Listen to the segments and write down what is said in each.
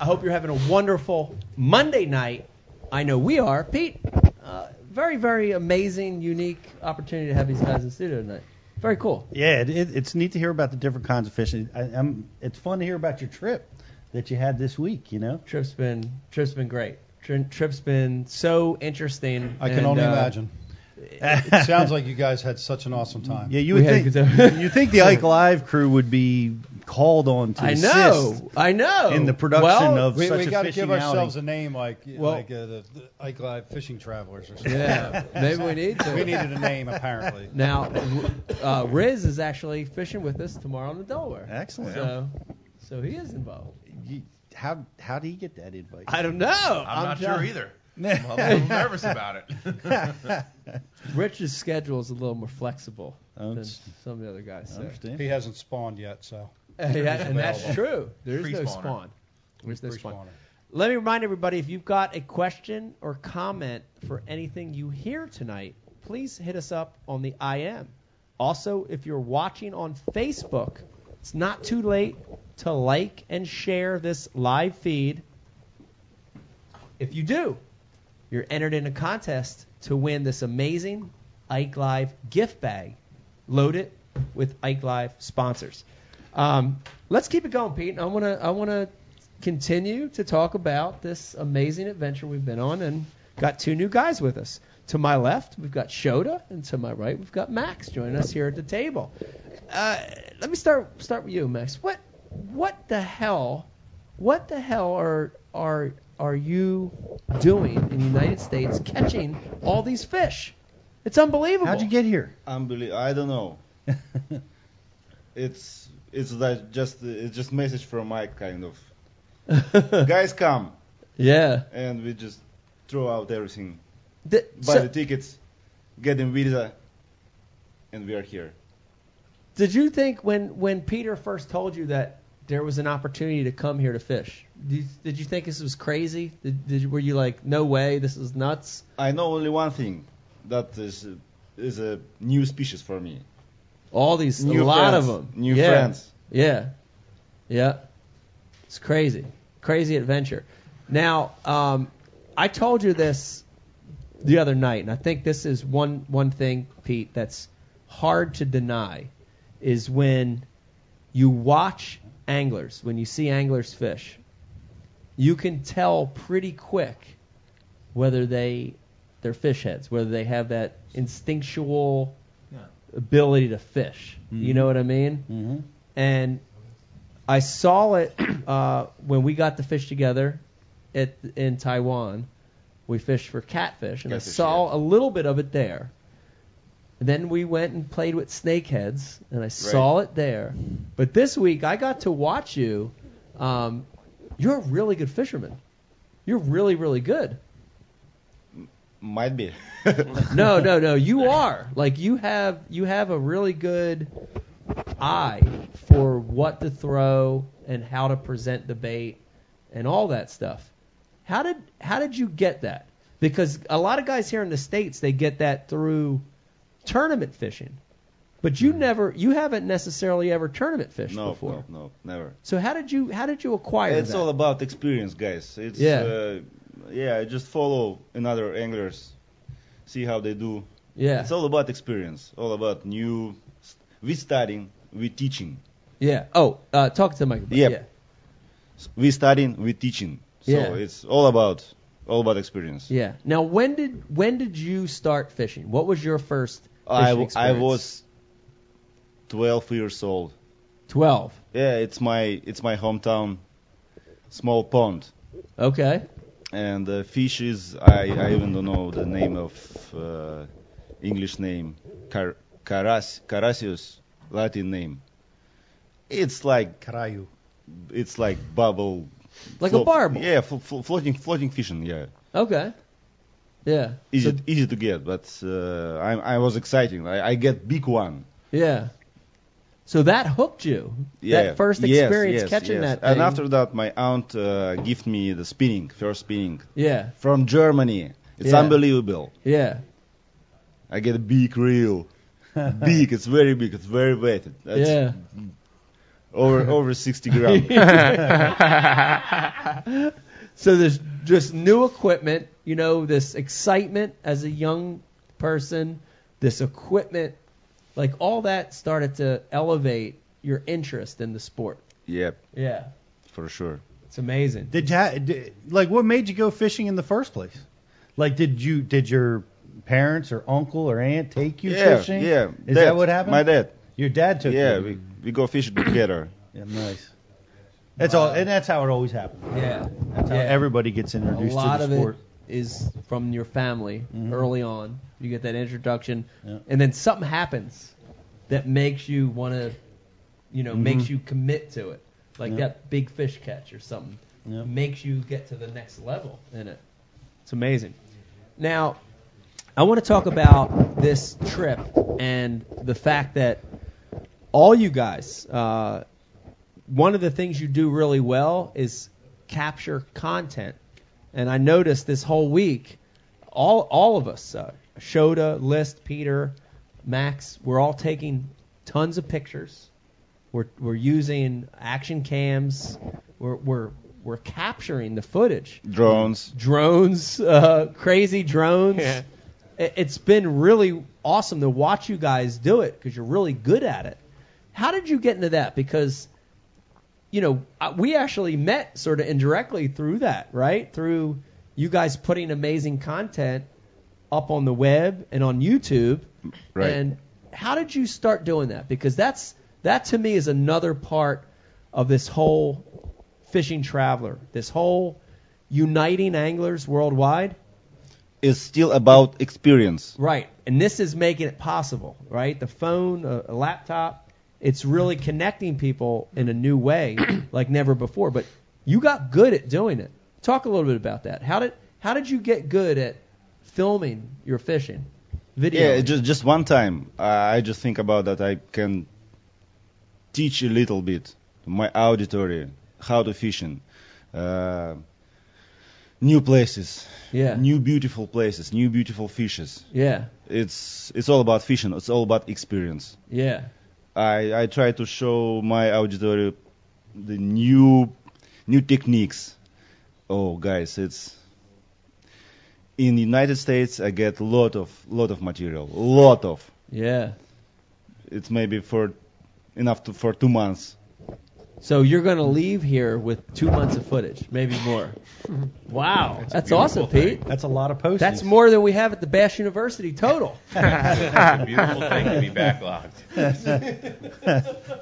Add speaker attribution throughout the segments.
Speaker 1: I hope you're having a wonderful Monday night. I know we are. Pete, uh, very, very amazing, unique opportunity to have these guys in studio tonight. Very cool.
Speaker 2: Yeah, it, it, it's neat to hear about the different kinds of fishing. I, i it's fun to hear about your trip that you had this week. You know,
Speaker 1: Trip's been trip's been great. Tri- Trip's been so interesting.
Speaker 3: I can
Speaker 1: and,
Speaker 3: only
Speaker 1: uh,
Speaker 3: imagine. It sounds like you guys had such an awesome time.
Speaker 2: yeah, you
Speaker 1: We
Speaker 2: would
Speaker 1: had
Speaker 2: think
Speaker 1: a good time.
Speaker 2: you think the Ike Live crew would be called on to
Speaker 1: I
Speaker 2: assist.
Speaker 1: know. I know.
Speaker 2: in the production
Speaker 1: well,
Speaker 2: of-
Speaker 3: We,
Speaker 2: Such
Speaker 3: we
Speaker 2: a
Speaker 3: got to
Speaker 2: fishing
Speaker 3: give
Speaker 2: outing.
Speaker 3: ourselves a name like
Speaker 1: Well-
Speaker 3: like uh, the, the Ike Live Fishing Travelers or something.
Speaker 1: Yeah, maybe we need to.
Speaker 3: we needed a name apparently.
Speaker 1: Now, uh, Riz is actually fishing with us tomorrow on the Delaware.
Speaker 2: Excellent.
Speaker 1: So, so he is involved.
Speaker 2: You- how how do you get that invite?
Speaker 1: I don't know.
Speaker 4: I'm, not
Speaker 1: tell-
Speaker 4: sure either. I'm a little nervous about it.
Speaker 1: Rich's schedule is a little more flexible
Speaker 2: Oh,
Speaker 1: than
Speaker 2: it's-
Speaker 1: some of the other guys.
Speaker 2: I
Speaker 1: So.
Speaker 2: understand.
Speaker 3: He hasn't spawned yet, so
Speaker 1: Yeah, and that's
Speaker 4: available.
Speaker 1: true. There is
Speaker 4: Free
Speaker 1: no
Speaker 4: spawner.
Speaker 1: spawn. There's no
Speaker 3: free
Speaker 1: spawn.
Speaker 3: spawner.
Speaker 1: Let me remind everybody if you've got a question or comment for anything you hear tonight, please hit us up on the IM. Also, if you're watching on Facebook, it's not too late to like and share this live feed. If you do, you're entered in a contest to win this amazing Ike Live gift bag loaded with Ike Live sponsors. Um, let's keep it going, Pete. I want to I want to continue to talk about this amazing adventure we've been on and got two new guys with us. To my left, we've got Shoda, and to my right, we've got Max joining us here at the table. Uh, let me start start with you, Max. What what the hell? What the hell are are are you doing in the United States catching all these fish? It's unbelievable.
Speaker 2: How'd you get here?
Speaker 5: Unbelievable. I don't know. it's it's that just it's just message from Mike kind of. Guys come
Speaker 1: Yeah.
Speaker 5: and we just throw out everything,
Speaker 1: The-
Speaker 5: buy
Speaker 1: so-
Speaker 5: the tickets, get in visa, and we are here.
Speaker 1: Did you think when when Peter first told you that there was an opportunity to come here to fish? Did you, did you think this was crazy? Did, did you- were you like, no way, this is nuts?
Speaker 5: I know only one thing, that is is a new species for me.
Speaker 1: All these,
Speaker 5: New
Speaker 1: a lot
Speaker 5: friends,
Speaker 1: of them.
Speaker 5: New
Speaker 1: yeah.
Speaker 5: friends.
Speaker 1: Yeah, yeah. It's crazy, crazy adventure. Now, um, I told you this the other night, and I think this is one one thing, Pete, that's hard to deny, is when you watch anglers, when you see anglers fish, you can tell pretty quick whether they they're fish heads, whether they have that instinctual
Speaker 4: Yeah.
Speaker 1: ability to fish. You know what I mean?
Speaker 2: Mm-hmm.
Speaker 1: and I saw it uh, when we got to fish together at in Taiwan. We fished for catfish, and I
Speaker 5: Catfish,
Speaker 1: saw a little bit of it there. And then we went and played with snakeheads, and I saw it there. But this week, I got to watch you. Um, you're a really good fisherman. You're really, really good.
Speaker 5: Might be.
Speaker 1: No, no, no. You are like you have you have a really good eye for what to throw and how to present the bait and all that stuff. How did how did you get that? Because a lot of guys here in the states they get that through tournament fishing, but you never you haven't necessarily ever tournament fished
Speaker 5: Mm-hmm. no,
Speaker 1: before.
Speaker 5: no, no, never.
Speaker 1: So how did you how did you acquire
Speaker 5: It's
Speaker 1: that?
Speaker 5: all about experience, guys. It's
Speaker 1: Yeah.
Speaker 5: uh, yeah. I Just follow another anglers, see how they do.
Speaker 1: yeah,
Speaker 5: It's all about experience. All about new. st- We studying, we teaching.
Speaker 1: yeah. Oh, uh, talk to the microphone.
Speaker 5: Yep.
Speaker 1: Yeah.
Speaker 5: S- We studying, we teaching. So
Speaker 1: Yeah.
Speaker 5: it's all about all about experience.
Speaker 1: Yeah. Now, when did when did you start fishing? What was your first fishing
Speaker 5: I w- I
Speaker 1: experience?
Speaker 5: was 12 years old.
Speaker 1: twelve.
Speaker 5: Yeah, it's my it's my hometown, small pond,
Speaker 1: Okay.
Speaker 5: and the fish is I I even don't know the name of uh, English name car- caras carasius Latin name. It's like
Speaker 3: Carayu.
Speaker 5: it's like bubble
Speaker 1: Like
Speaker 5: Flo-
Speaker 1: a barb.
Speaker 5: Yeah, flo- flo- floating floating fishing. Yeah,
Speaker 1: Okay. Yeah.
Speaker 5: easy easy to get, but uh, I I was exciting. I, I get big one.
Speaker 1: Yeah. So that hooked you.
Speaker 5: Yeah.
Speaker 1: That first
Speaker 5: Yes,
Speaker 1: experience
Speaker 5: yes,
Speaker 1: catching
Speaker 5: yes.
Speaker 1: that
Speaker 5: And
Speaker 1: thing.
Speaker 5: after that, my aunt uh, gave me the spinning, first spinning
Speaker 1: Yeah.
Speaker 5: from Germany. It's
Speaker 1: Yeah.
Speaker 5: unbelievable.
Speaker 1: Yeah.
Speaker 5: I get a big reel. big. It's very big. It's very weighted. That's
Speaker 1: yeah.
Speaker 5: Over over 60 grams.
Speaker 1: So there's just new equipment, you know, this excitement as a young person, this equipment, like all that started to elevate your interest in the sport.
Speaker 5: yeah,
Speaker 1: Yeah.
Speaker 5: for sure.
Speaker 1: It's amazing.
Speaker 2: Did you ha- did, like what made you go fishing in the first place? Like did you did your parents or uncle or aunt take you
Speaker 5: yeah,
Speaker 2: fishing?
Speaker 5: yeah.
Speaker 2: Is
Speaker 5: Dad,
Speaker 2: that what happened?
Speaker 5: My dad.
Speaker 2: Your dad took
Speaker 5: Yeah,
Speaker 2: you.
Speaker 5: we, we go fishing together.
Speaker 2: yeah, nice. That's all, and that's how it always happens.
Speaker 1: Yeah.
Speaker 2: That's how
Speaker 1: Yeah.
Speaker 2: everybody gets
Speaker 1: A
Speaker 2: introduced
Speaker 1: lot
Speaker 2: to
Speaker 1: of
Speaker 2: the sport. Mm-hmm.
Speaker 1: it is from your family early on. You get that introduction,
Speaker 2: Yeah.
Speaker 1: and then something happens that makes you want to, you know, makes you commit to it. Like
Speaker 2: Yeah.
Speaker 1: that big fish catch or something
Speaker 2: Yeah.
Speaker 1: makes you get to the next level in it. It's amazing. Now, I want to talk about this trip and the fact that all you guys, uh, one of the things you do really well is capture content. And I noticed this whole week, all all of us, uh, Shoda, List, Peter, Max, we're all taking tons of pictures. We're we're using action cams. We're we're we're capturing the footage.
Speaker 5: Drones.
Speaker 1: Drones, uh, crazy drones. It- It's been really awesome to watch you guys do it because you're really good at it. How did you get into that? Because you know, I- we actually met sort of indirectly through that, right? Through you guys putting amazing content up on the web and on YouTube.
Speaker 5: Right.
Speaker 1: And how did you start doing that? Because that's that to me is another part of this whole fishing traveler, this whole uniting anglers worldwide.
Speaker 5: It's still about experience.
Speaker 1: Right. And this is making it possible, right? The phone, a, a laptop, it's really connecting people in a new way like never before. But you got good at doing it. Talk a little bit about that. How did how did you get good at filming your fishing video?
Speaker 5: Yeah, just just one time. I I just think about that. I can teach a little bit to my auditory how to fishing, uh, new places,
Speaker 1: yeah.
Speaker 5: new beautiful places, new beautiful fishes.
Speaker 1: yeah.
Speaker 5: It's it's all about fishing. It's all about experience.
Speaker 1: Yeah.
Speaker 5: I I try to show my auditory the new new techniques. Oh guys, it's in the United States I get lot of lot of material, lot of
Speaker 1: Yeah.
Speaker 5: it's maybe for enough to, for two months.
Speaker 1: So you're going to leave here with 2 months of footage, maybe more. wow. That's, awesome, Pete.
Speaker 2: That's a lot of postings.
Speaker 1: That's more than we have at the Bash University total.
Speaker 4: It's a beautiful thing to be backlogged.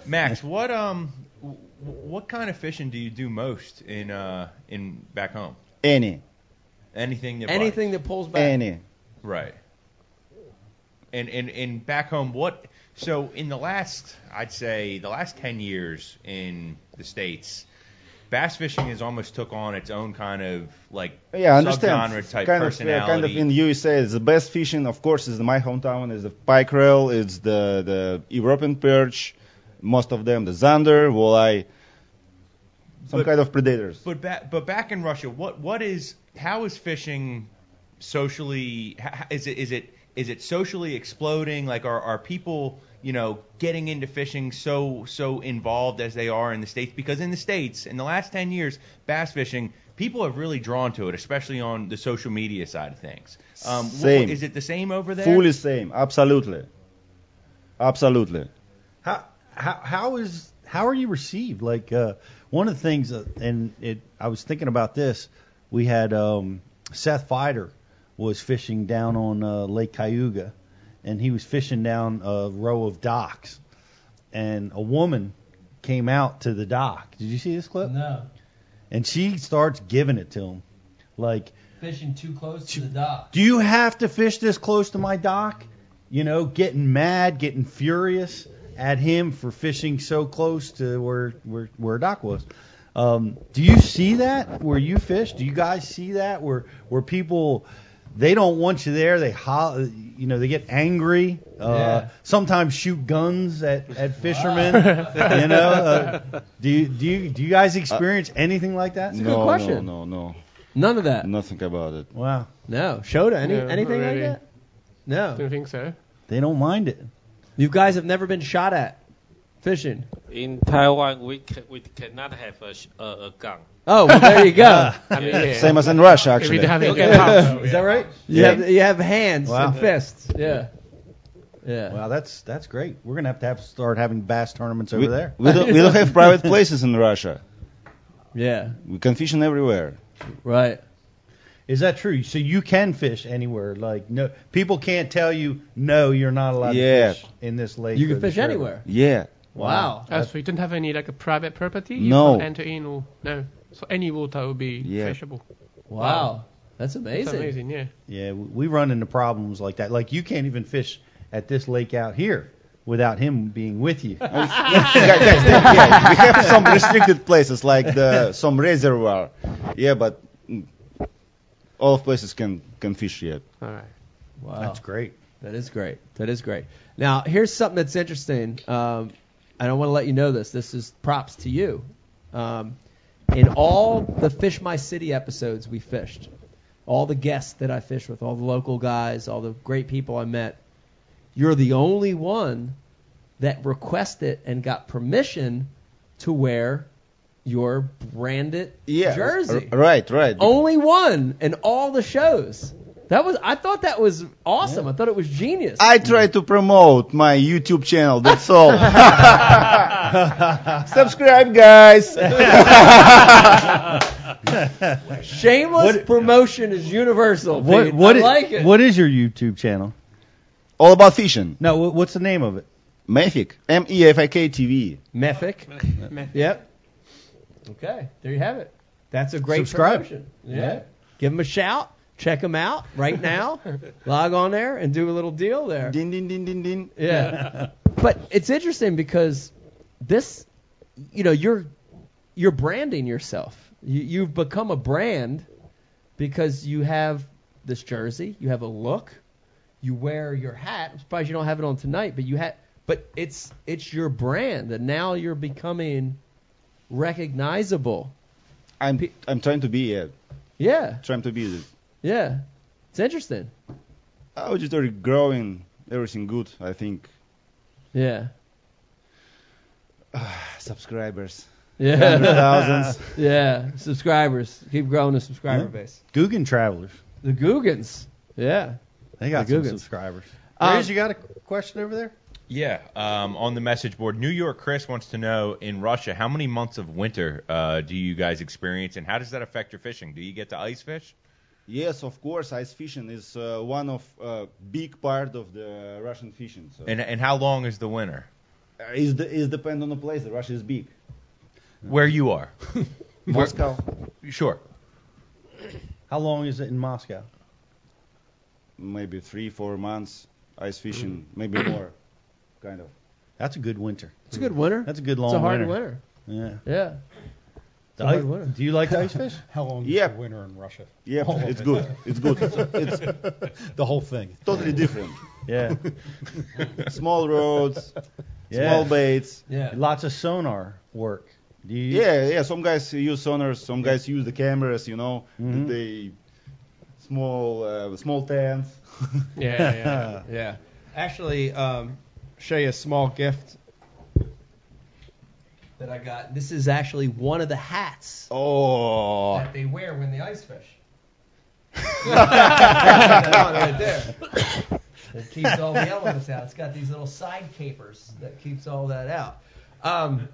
Speaker 4: Max, what um, w- what kind of fishing do you do most in uh in back home?
Speaker 5: Any,
Speaker 4: Anything that bites?
Speaker 1: Anything that pulls back.
Speaker 5: any.
Speaker 4: right? And and and back home, what? So in the last, I'd say the last ten years in the states, bass fishing has almost took on its own kind of like
Speaker 5: Yeah, I understand.
Speaker 4: subgenre type
Speaker 5: kind of,
Speaker 4: personality.
Speaker 5: yeah, kind of in USA, it's the best fishing, of course, is my hometown. Is the pike rail, it's the the European perch, most of them the zander, walleye, some
Speaker 4: But-
Speaker 5: kind of predators.
Speaker 4: But back, but back in Russia, what what is how is fishing socially? h- h- Is it is it is it socially exploding? Like are are people you know getting into fishing so so involved as they are in the states? Because in the states, in the last ten years, bass fishing people have really drawn to it, especially on the social media side of things. Um, wh-
Speaker 5: Same.
Speaker 4: is it the same over there?
Speaker 5: Fully same, absolutely, absolutely.
Speaker 2: How, how how is how are you received? Like uh, one of the things, uh, and it, I was thinking about this. We had um, Seth Fider was fishing down on uh, Lake Cayuga, and he was fishing down a row of docks, and a woman came out to the dock. Did you see this clip?
Speaker 1: No.
Speaker 2: And she starts giving it to him, like
Speaker 1: Fishing too close to the dock.
Speaker 2: do you have to fish this close to my dock? You know, getting mad, getting furious at him for fishing so close to where where where a dock was. Um, do you see that where you fish? Do you guys see that where where people they don't want you there? They ho- you know they get angry. Uh,
Speaker 4: Yeah.
Speaker 2: Sometimes shoot guns at, at fishermen. you know, uh, do you, do you do you guys experience anything like that?
Speaker 5: no,
Speaker 1: question.
Speaker 5: No, no,
Speaker 1: None of that.
Speaker 5: no, nothing about it.
Speaker 2: Wow,
Speaker 1: No. Shoda, any,
Speaker 6: No,
Speaker 1: anything
Speaker 6: really.
Speaker 1: like that? No.
Speaker 6: Don't think so.
Speaker 2: they don't mind it.
Speaker 1: You guys have never been shot at fishing.
Speaker 7: In Taiwan, we ca- we cannot have a, sh- a, a gun.
Speaker 1: Oh, well, there you go.
Speaker 6: I mean, yeah.
Speaker 5: Same as in Russia,
Speaker 6: If we
Speaker 5: actually.
Speaker 6: have it,
Speaker 3: Oh,
Speaker 6: yeah.
Speaker 1: Is that right? You,
Speaker 5: Yeah.
Speaker 1: have, you have hands
Speaker 2: Wow.
Speaker 1: and fists. Yeah. Yeah.
Speaker 2: Wow, that's that's great. We're gonna have to have start having bass tournaments over
Speaker 5: we,
Speaker 2: there.
Speaker 5: we don't, we don't have private places in Russia.
Speaker 1: Yeah.
Speaker 5: We can fish in everywhere.
Speaker 1: Right.
Speaker 2: Is that true? So you can fish anywhere. Like no, people can't tell you no, you're not allowed
Speaker 5: Yeah.
Speaker 2: to fish in this lake.
Speaker 1: You
Speaker 2: or
Speaker 1: can
Speaker 2: this
Speaker 1: fish
Speaker 2: river.
Speaker 1: anywhere.
Speaker 5: Yeah.
Speaker 1: Wow.
Speaker 6: As we don't have any like a private property, you
Speaker 5: No.
Speaker 6: can't enter in or no. So any water will be
Speaker 5: Yeah.
Speaker 6: fishable.
Speaker 1: Wow. That's
Speaker 6: It's
Speaker 1: amazing.
Speaker 6: amazing, yeah.
Speaker 2: Yeah, we we run into problems like that. Like you can't even fish at this lake out here without him being with you.
Speaker 5: Guys, guys, yeah, we have some restricted places like the some reservoir. Yeah, but mm, all places can can fish yet.
Speaker 6: All right.
Speaker 1: Wow.
Speaker 2: That's great.
Speaker 1: That is great. That is great. Now, here's something that's interesting. Um, and I want to let you know this. This is props to you. Um, in all the Fish My City episodes we fished, all the guests that I fished with, all the local guys, all the great people I met, you're the only one that requested and got permission to wear your branded jersey.
Speaker 5: R- right, right.
Speaker 1: Only one in all the shows. That was I thought that was awesome. I thought it was genius.
Speaker 5: I try to promote my YouTube channel. That's all. Subscribe, guys.
Speaker 1: Shameless
Speaker 2: What-
Speaker 1: promotion is universal.
Speaker 2: What
Speaker 1: Pete.
Speaker 2: what
Speaker 1: I
Speaker 2: i-
Speaker 1: like it.
Speaker 2: what is your YouTube channel?
Speaker 5: All about fishing.
Speaker 2: No, wha- what's the name of it?
Speaker 5: Mafic. M E F I K TV.
Speaker 1: Mephic. Yep. Okay, there you have it. That's a great
Speaker 2: Subscribe.
Speaker 1: promotion. Yeah. Give them a shout. Check them out right now. Log on there and do a little deal there.
Speaker 5: Din din din din din.
Speaker 1: Yeah. but it's interesting because this, you know, you're you're branding yourself. You, you've become a brand because you have this jersey, you have a look, you wear your hat. I'm surprised you don't have it on tonight, but you had. But it's it's your brand, and now you're becoming recognizable.
Speaker 5: I'm I'm trying to be yeah,
Speaker 1: Yeah,
Speaker 5: trying to be. The,
Speaker 1: yeah. It's interesting.
Speaker 5: I'm just already growing. Everything good, I think.
Speaker 1: Yeah,
Speaker 5: Subscribers.
Speaker 1: yeah,
Speaker 5: Thousands.
Speaker 1: yeah. Subscribers keep growing the subscriber
Speaker 2: Yeah.
Speaker 1: base.
Speaker 2: Guggen Travelers.
Speaker 1: The Googans. Yeah.
Speaker 2: They got
Speaker 1: The
Speaker 2: some
Speaker 1: Guggens.
Speaker 2: subscribers.
Speaker 1: Um,
Speaker 2: Riz, you got a question over there?
Speaker 4: Yeah, um, on the message board, New York Chris wants to know in Russia how many months of winter uh, do you guys experience, and how does that affect your fishing? Do you get to ice fish?
Speaker 5: Yes, of course. Ice fishing is uh, one of uh, big part of the Russian fishing. So.
Speaker 4: And and how long is the winter
Speaker 5: Uh, is the is depend on the place. The Russia is big.
Speaker 4: where you are?
Speaker 5: Moscow.
Speaker 4: Sure.
Speaker 2: How long is it in Moscow?
Speaker 5: Maybe three four months. Ice fishing, maybe more. Kind of.
Speaker 2: That's a good winter.
Speaker 1: It's a good winter.
Speaker 2: That's a good long
Speaker 1: it's a hard
Speaker 2: winter.
Speaker 1: winter.
Speaker 2: Yeah.
Speaker 1: Yeah.
Speaker 2: The
Speaker 1: hard
Speaker 2: ice-
Speaker 1: winter.
Speaker 2: Do you like to ice fish?
Speaker 3: How long is
Speaker 5: Yeah.
Speaker 3: the winter in Russia?
Speaker 5: Yeah,
Speaker 3: All of
Speaker 5: it's
Speaker 3: it.
Speaker 5: good. It's good. It's, it's
Speaker 3: The whole thing.
Speaker 5: totally different.
Speaker 2: Yeah.
Speaker 5: Small roads,
Speaker 2: Yeah.
Speaker 5: small baits.
Speaker 1: Yeah.
Speaker 2: Lots of sonar work. Do you,
Speaker 5: Yeah, yeah. Some guys use sonars. Some guys use the cameras. You know,
Speaker 2: Mhm.
Speaker 5: they small uh, small tents.
Speaker 6: Yeah, yeah.
Speaker 1: Yeah. Actually, um, show you a small gift that I got. This is actually one of the hats
Speaker 5: Oh,
Speaker 1: that they wear when they ice fish. That one right there. That keeps all the elements out. It's got these little side capers that keeps all that out. Um,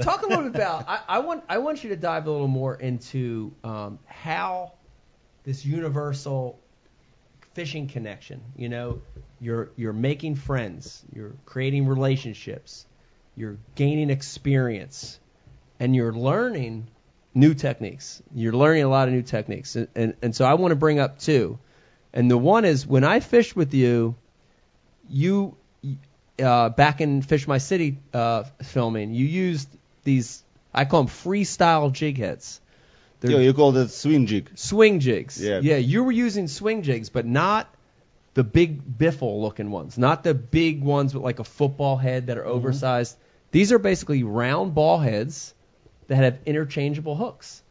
Speaker 1: talk a little bit about. I, I want I want you to dive a little more into um, how this universal fishing connection. You know, you're you're making friends, you're creating relationships, you're gaining experience, and you're learning new techniques. You're learning a lot of new techniques, and and, and so I want to bring up two, and the one is when I fished with you, you uh, back in Fish My City uh, filming, you used these. I call them freestyle jig heads. They're
Speaker 5: Yeah, you call that swing jig.
Speaker 1: swing jigs.
Speaker 5: Yeah.
Speaker 1: yeah, you were using swing jigs, but not the big biffle looking ones, not the big ones with like a football head that are oversized. These are basically round ball heads that have interchangeable hooks,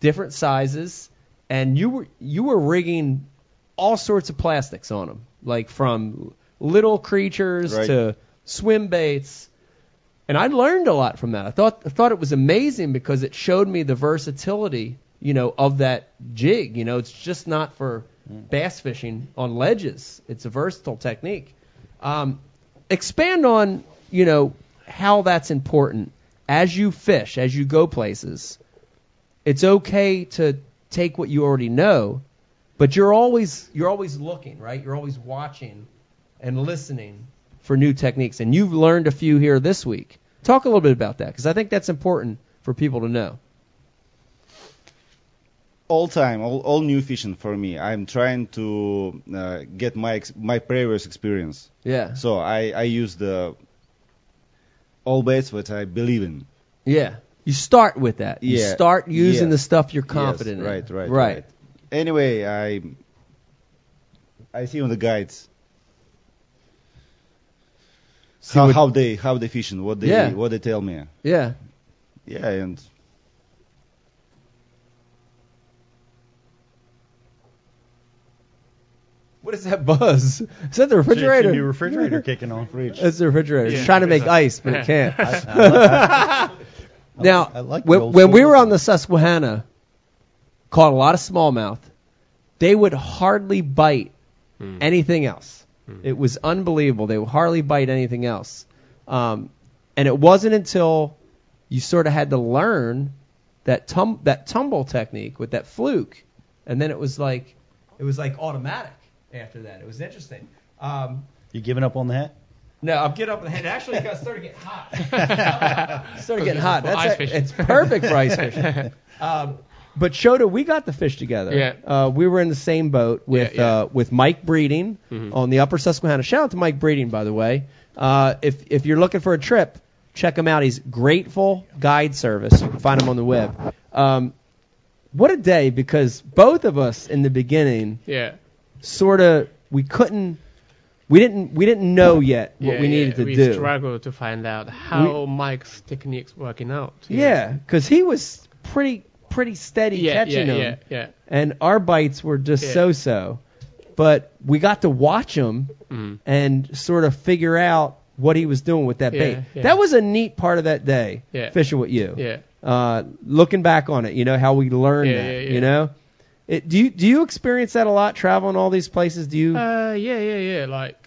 Speaker 1: different sizes, and you were you were rigging all sorts of plastics on them, like from little creatures
Speaker 5: Right.
Speaker 1: to swim baits. And I learned a lot from that. I thought I thought it was amazing because it showed me the versatility, you know, of that jig. You know, it's just not for bass fishing on ledges. It's a versatile technique. Um, expand on, you know, how that's important as you fish, as you go places. It's okay to take what you already know, but you're always you're always looking, right? You're always watching and listening for new techniques. And you've learned a few here this week. Talk a little bit about that because I think that's important for people to know.
Speaker 5: all time, all, all new fishing for me. I'm trying to uh, get my ex- my previous experience.
Speaker 1: Yeah.
Speaker 5: So I I use the all baits that I believe in.
Speaker 1: Yeah. You start with that. You
Speaker 5: Yeah.
Speaker 1: start using the
Speaker 5: Yeah.
Speaker 1: stuff you're
Speaker 5: Yes,
Speaker 1: confident in.
Speaker 5: right, right,
Speaker 1: Right.
Speaker 5: right. Anyway, I I see on the guides how, how they how they fishing, what they
Speaker 1: Yeah.
Speaker 5: what they tell me.
Speaker 1: Yeah.
Speaker 5: Yeah, and
Speaker 1: What is that buzz? Is that the
Speaker 2: It's your- it's
Speaker 1: refrigerator?
Speaker 2: your new refrigerator kicking on. Fridge.
Speaker 1: It's the refrigerator. It's
Speaker 6: Yeah,
Speaker 1: trying to
Speaker 6: it is
Speaker 1: make
Speaker 6: ice.
Speaker 1: ice, but it can't.
Speaker 2: Uh,
Speaker 1: now,
Speaker 2: I like the
Speaker 1: when,
Speaker 2: old
Speaker 1: when we
Speaker 2: school.
Speaker 1: were on the Susquehanna, caught a lot of smallmouth. They would hardly bite anything else. It was unbelievable. They would hardly bite anything else. Um, and it wasn't until you sort of had to learn that tum- that tumble technique with that fluke, and then it was like it was like automatic after that. It was interesting. Um,
Speaker 2: You giving up on that?
Speaker 1: no, I'm getting up and it actually got started getting hot. started getting hot.
Speaker 6: For
Speaker 1: That's
Speaker 6: ice
Speaker 1: it.
Speaker 6: fishing.
Speaker 1: it's perfect for ice fishing. Um, but Shoda, we got the fish together.
Speaker 6: Yeah.
Speaker 1: Uh, we were in the same boat with
Speaker 6: Yeah, yeah.
Speaker 1: Uh, with Mike Breeding on the Upper Susquehanna. Shout out to Mike Breeding, by the way. Uh, if if you're looking for a trip, check him out. He's Grateful Guide Service. You can find him on the web. Um, what a day because both of us in the beginning
Speaker 6: Yeah.
Speaker 1: sort of we couldn't we didn't we didn't know yet what
Speaker 6: yeah,
Speaker 1: we needed
Speaker 6: yeah.
Speaker 1: to
Speaker 6: we
Speaker 1: do.
Speaker 6: struggled to find out how Mike's techniques working out.
Speaker 1: Yeah, because he was pretty pretty steady
Speaker 6: Yeah, yeah,
Speaker 1: catching
Speaker 6: yeah,
Speaker 1: them,
Speaker 6: yeah, yeah.
Speaker 1: and our bites were just
Speaker 6: Yeah.
Speaker 1: so-so. But we got to watch him
Speaker 6: Mm.
Speaker 1: and sort of figure out what he was doing with that
Speaker 6: Yeah,
Speaker 1: bait.
Speaker 6: yeah.
Speaker 1: That was a neat part of that day,
Speaker 6: Yeah.
Speaker 1: fishing with you.
Speaker 6: Yeah.
Speaker 1: Uh, looking back on it, you know how we learned
Speaker 6: Yeah,
Speaker 1: that.
Speaker 6: yeah, yeah.
Speaker 1: You know, it, do you do you experience that a lot traveling all these places? Do you?
Speaker 6: Uh, yeah, yeah, yeah. Like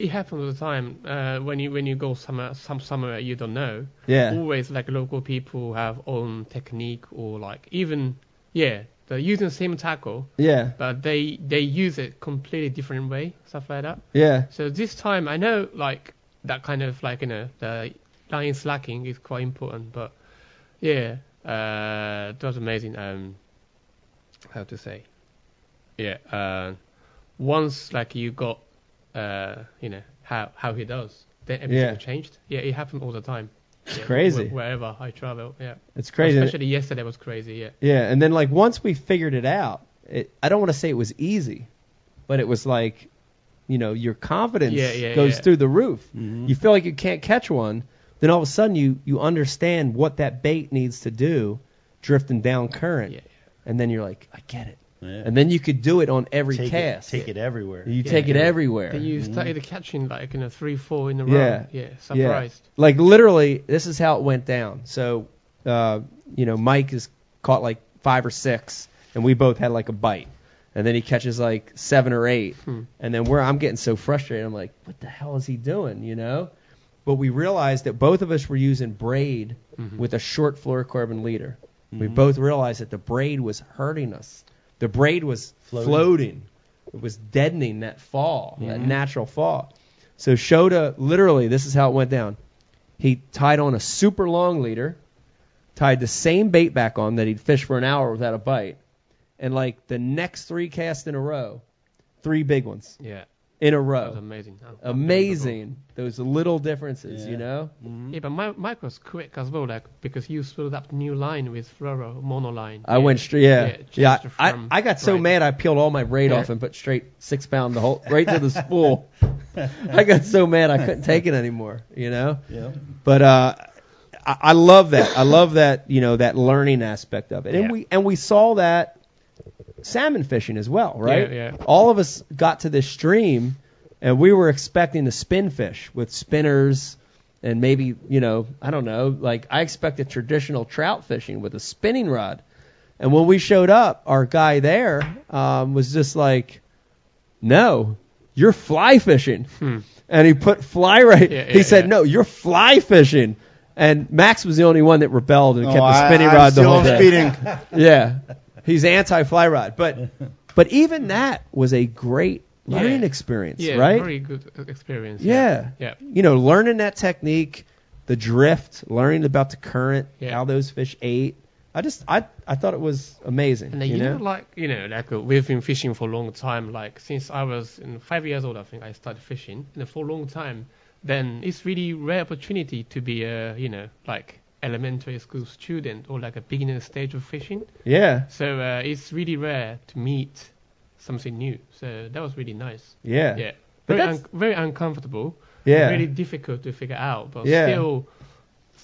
Speaker 6: it happens all the time. Uh, when you when you go somewhere, some somewhere you don't know.
Speaker 1: Yeah.
Speaker 6: Always like local people have own technique or like even yeah they're using the same tackle
Speaker 1: yeah,
Speaker 6: but they they use it completely different way stuff like that.
Speaker 1: yeah,
Speaker 6: So this time I know like that kind of like you know the line slacking is quite important, but yeah, uh, that was amazing. Um, how to say? Yeah, uh, once like you got uh, you know how how he does, then everything
Speaker 1: Yeah.
Speaker 6: changed. Yeah, it happened all the time. It's
Speaker 1: crazy.
Speaker 6: wherever I travel, yeah.
Speaker 1: it's crazy.
Speaker 6: Especially yesterday was crazy. Yeah.
Speaker 1: Yeah, and then like once we figured it out, it, I don't want to say it was easy, but it was like, you know, your confidence
Speaker 6: Yeah, yeah,
Speaker 1: goes
Speaker 6: yeah. Mm-hmm.
Speaker 1: through the roof. You feel like you can't catch one. Then all of a sudden you you understand what that bait needs to do, drifting down current,
Speaker 6: Yeah, yeah.
Speaker 1: and then you're like, I get it.
Speaker 2: Yeah.
Speaker 1: And then you could do it on every
Speaker 2: take
Speaker 1: cast.
Speaker 2: It, take it everywhere.
Speaker 1: You take it
Speaker 6: yeah.
Speaker 1: everywhere.
Speaker 6: Then you started catching like you know three, four in a row.
Speaker 1: Yeah.
Speaker 6: Yeah. Surprised.
Speaker 1: Yeah. Like literally, this is how it went down. So, uh, you know, Mike has caught like five or six, and we both had like a bite, and then he catches like seven or eight, and then where I'm getting so frustrated, I'm like, what the hell is he doing? You know. But we realized that both of us were using braid with a short fluorocarbon leader. We both realized that the braid was hurting us. The braid was floating.
Speaker 2: Floating.
Speaker 1: It was deadening that fall, that natural fall. So Shoda, literally, this is how it went down. He tied on a super long leader, tied the same bait back on that he'd fished for an hour without a bite, and like the next three casts in a row, three big ones.
Speaker 6: Yeah.
Speaker 1: in a
Speaker 6: That was
Speaker 1: row.
Speaker 6: amazing.
Speaker 1: Amazing. Those little differences, you know.
Speaker 6: Yeah, but my, Mike was quick as well, like because you split up new line with Floro monoline.
Speaker 1: I
Speaker 6: yeah.
Speaker 1: went straight. Yeah,
Speaker 6: changed
Speaker 1: yeah.
Speaker 6: it
Speaker 1: I,
Speaker 6: from
Speaker 1: I got so
Speaker 6: right.
Speaker 1: mad I peeled all my braid
Speaker 6: Yeah.
Speaker 1: off and put straight six pound the whole right to the spool. I got so mad I couldn't take it anymore. You know.
Speaker 2: Yeah.
Speaker 1: But uh, I, I love that. I love that. You know that learning aspect of it, and we and we saw that salmon fishing as well, right?
Speaker 6: Yeah, yeah.
Speaker 1: All of us got to this stream, and we were expecting to spin fish with spinners. And maybe you know, I don't know. Like I expected traditional trout fishing with a spinning rod, and when we showed up, our guy there um, was just like, "No, you're fly fishing." And he put fly right.
Speaker 6: Hmm. Yeah,
Speaker 1: he
Speaker 6: yeah,
Speaker 1: said,
Speaker 6: yeah.
Speaker 1: "No, you're fly fishing." And Max was the only one that rebelled and
Speaker 5: No,
Speaker 1: kept the
Speaker 5: I-
Speaker 1: spinning
Speaker 5: I'm
Speaker 1: rod the
Speaker 5: still
Speaker 1: whole
Speaker 5: on
Speaker 1: day.
Speaker 5: speeding.
Speaker 1: Yeah, he's anti fly rod, but but even that was a great learning
Speaker 6: Yeah.
Speaker 1: experience,
Speaker 6: Yeah,
Speaker 1: right?
Speaker 6: very good uh, experience.
Speaker 1: yeah.
Speaker 6: yeah, yeah.
Speaker 1: you know, learning that technique, the drift, learning about the current,
Speaker 6: Yeah.
Speaker 1: how those fish ate. I just I I thought it was amazing.
Speaker 6: And then,
Speaker 1: you,
Speaker 6: you,
Speaker 1: know,
Speaker 6: know? like you know, like uh, we've been fishing for a long time. Like since I was in five years old, I think I started fishing, and for a long time, then it's really rare opportunity to be a you know like elementary school student or like a beginner stage of fishing.
Speaker 1: yeah,
Speaker 6: So uh, it's really rare to meet something new. So that was really nice.
Speaker 1: yeah,
Speaker 6: Yeah,
Speaker 1: But
Speaker 6: very
Speaker 1: that's-
Speaker 6: un- very uncomfortable.
Speaker 1: yeah.
Speaker 6: Really difficult to figure out, but
Speaker 1: Yeah.
Speaker 6: still,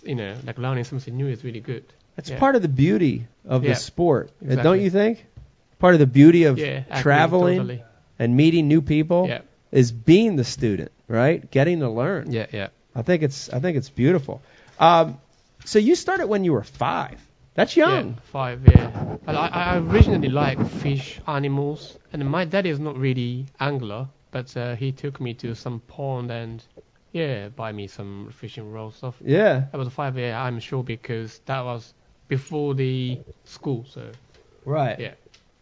Speaker 6: you know, like learning something new is really good.
Speaker 1: That's
Speaker 6: yeah.
Speaker 1: part of the beauty of
Speaker 6: Yeah.
Speaker 1: the sport, uh, don't
Speaker 6: Exactly.
Speaker 1: you think? Part of the beauty of
Speaker 6: yeah, I agree
Speaker 1: traveling Oh.
Speaker 6: Totally.
Speaker 1: and meeting new people
Speaker 6: Yeah,
Speaker 1: is being the student, right? Getting to learn.
Speaker 6: yeah, yeah.
Speaker 1: I think it's I think it's beautiful. Um, so you started when you were five. That's young.
Speaker 6: Yeah, five, yeah. But I, I originally like fish, animals, and my dad is not really angler, but uh, he took me to some pond and, yeah, buy me some fishing rod stuff.
Speaker 1: Yeah.
Speaker 6: I was five, yeah, I'm sure, because that was before the school, so
Speaker 1: Right.
Speaker 6: Yeah.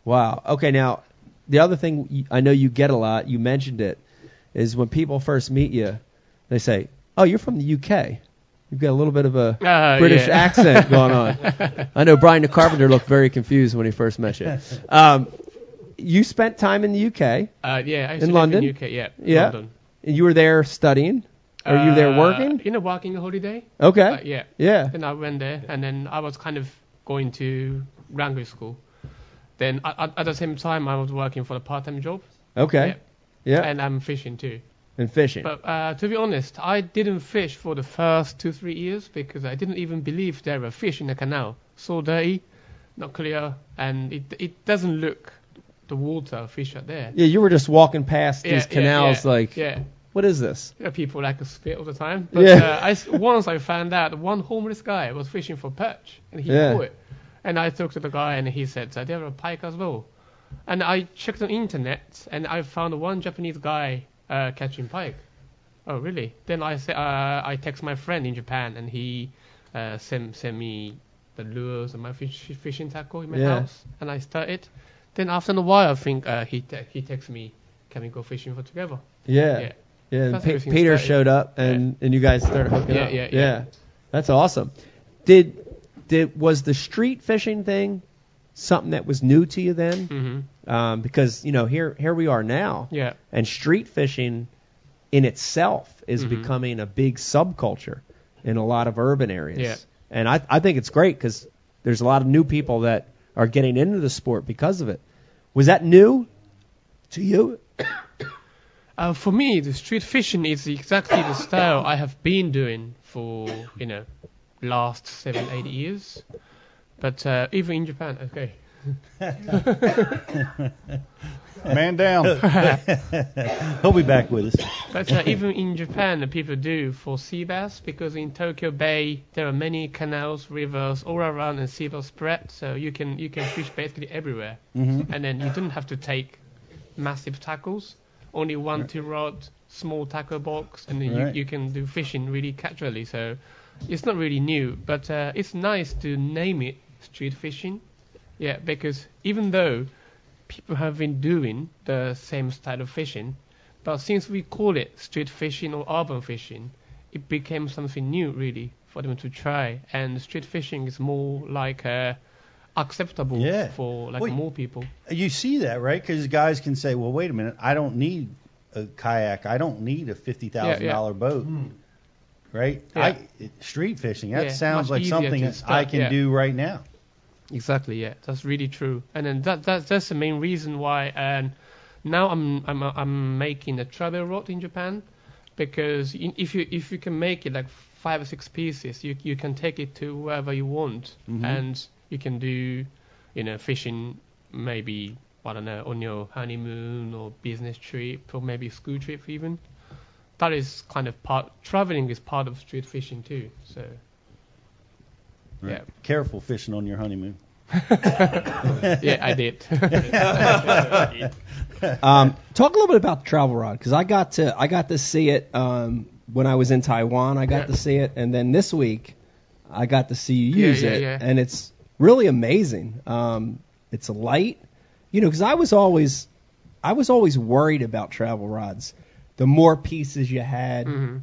Speaker 1: Wow. Okay. Now, the other thing you- I know you get a lot, you mentioned it, is when people first meet you, they say, "Oh, you're from the UK. You've got a little bit of a
Speaker 6: Uh,
Speaker 1: British
Speaker 6: yeah.
Speaker 1: accent going on." I know Brian the Carpenter looked very confused when he first met you. Um, you spent time in the UK.
Speaker 6: uh, yeah, I used
Speaker 1: In
Speaker 6: to live
Speaker 1: London?
Speaker 6: in UK, yeah,
Speaker 1: Yeah.
Speaker 6: London.
Speaker 1: You were there studying. Are you there
Speaker 6: Uh,
Speaker 1: working?
Speaker 6: You know, working holiday.
Speaker 1: Okay.
Speaker 6: Uh, yeah.
Speaker 1: yeah.
Speaker 6: Then I went there, and then I was kind of going to language school. Then at, at- at the same time, I was working for a part-time job,
Speaker 1: Okay. Yeah. And,
Speaker 6: and I'm fishing too.
Speaker 1: fishing.
Speaker 6: But uh, to be honest, I didn't fish for the first two three years because I didn't even believe there were fish in the canal. So dirty, not clear, and it it doesn't look the water fish are there.
Speaker 1: yeah, you were just walking past
Speaker 6: Yeah,
Speaker 1: these
Speaker 6: yeah,
Speaker 1: canals
Speaker 6: yeah,
Speaker 1: like,
Speaker 6: yeah.
Speaker 1: what is this?
Speaker 6: Yeah, uh, people like to spit all the time. But
Speaker 1: Yeah.
Speaker 6: uh, I s once I found out one homeless guy was fishing for perch and he
Speaker 1: Yeah.
Speaker 6: caught it. And I talked to the guy and he said that there were pike as well. And I checked on internet and I found one Japanese guy uh, catching pike. Oh really? Then I said uh, I text my friend in Japan and he uh, sent sent me the lures and my fish, fishing tackle in my
Speaker 1: Yeah.
Speaker 6: house and I started. Then after a while I think uh, he te- he texted me, can we go fishing for together?
Speaker 1: Yeah.
Speaker 6: Yeah.
Speaker 1: Yeah, and
Speaker 6: That's
Speaker 1: Pe-
Speaker 6: everything
Speaker 1: Peter
Speaker 6: started.
Speaker 1: showed up, and, and you guys started hooking
Speaker 6: Yeah,
Speaker 1: up.
Speaker 6: yeah,
Speaker 1: yeah,
Speaker 6: yeah.
Speaker 1: That's awesome. Did did was the street fishing thing something that was new to you then?
Speaker 6: hmm
Speaker 1: Um, because you know here here we are now,
Speaker 6: Yeah.
Speaker 1: and street fishing in itself is
Speaker 6: Mhm.
Speaker 1: becoming a big subculture in a lot of urban areas.
Speaker 6: Yeah.
Speaker 1: And I I think it's great because there's a lot of new people that are getting into the sport because of it. Was that new to you?
Speaker 6: Uh, for me, the street fishing is exactly the style I have been doing for you know last seven eight years. But uh, even in Japan, okay.
Speaker 3: Man down.
Speaker 2: He'll be back with us.
Speaker 6: But uh, even in Japan, the people do for sea bass because in Tokyo Bay there are many canals, rivers all around, and sea bass spread. So you can you can fish basically everywhere, and then you don't have to take massive tackles. Only one two rod, small tackle box, and then
Speaker 2: Right.
Speaker 6: you, you can do fishing really casually. So it's not really new, but uh, it's nice to name it street fishing. Yeah, because even though people have been doing the same style of fishing, but since we call it street fishing or urban fishing, it became something new really for them to try. And street fishing is more like uh, acceptable
Speaker 2: Yeah.
Speaker 6: for like
Speaker 2: Well,
Speaker 6: more people.
Speaker 2: You see that, right? Because guys can say, "Well, wait a minute, I don't need a kayak. I don't need a fifty thousand
Speaker 6: Yeah, yeah.
Speaker 2: boat, right?
Speaker 6: Yeah.
Speaker 2: I, street fishing. That
Speaker 6: Yeah,
Speaker 2: sounds
Speaker 6: much
Speaker 2: like
Speaker 6: easier
Speaker 2: something
Speaker 6: to
Speaker 2: that
Speaker 6: start,
Speaker 2: I can
Speaker 6: yeah.
Speaker 2: do right now.
Speaker 6: Exactly, yeah, that's really true. And then that, that that's the main reason why. And now I'm I'm I'm making a travel rod in Japan because in- if you if you can make it like five or six pieces, you you can take it to wherever you want, and you can do, you know, fishing maybe I don't know on your honeymoon or business trip or maybe school trip even. That is kind of part traveling is part of street fishing too. So
Speaker 2: Right. Careful fishing on your honeymoon.
Speaker 6: yeah, I did.
Speaker 1: Um, talk a little bit about the travel rod because I got to I got to see it um, when I was in Taiwan. I got
Speaker 6: Yeah.
Speaker 1: to see it, and then this week I got to see you
Speaker 6: Yeah,
Speaker 1: use
Speaker 6: yeah,
Speaker 1: it,
Speaker 6: yeah.
Speaker 1: and it's really amazing. Um, it's light, you know, because I was always I was always worried about travel rods. The more pieces you had,
Speaker 6: Mhm.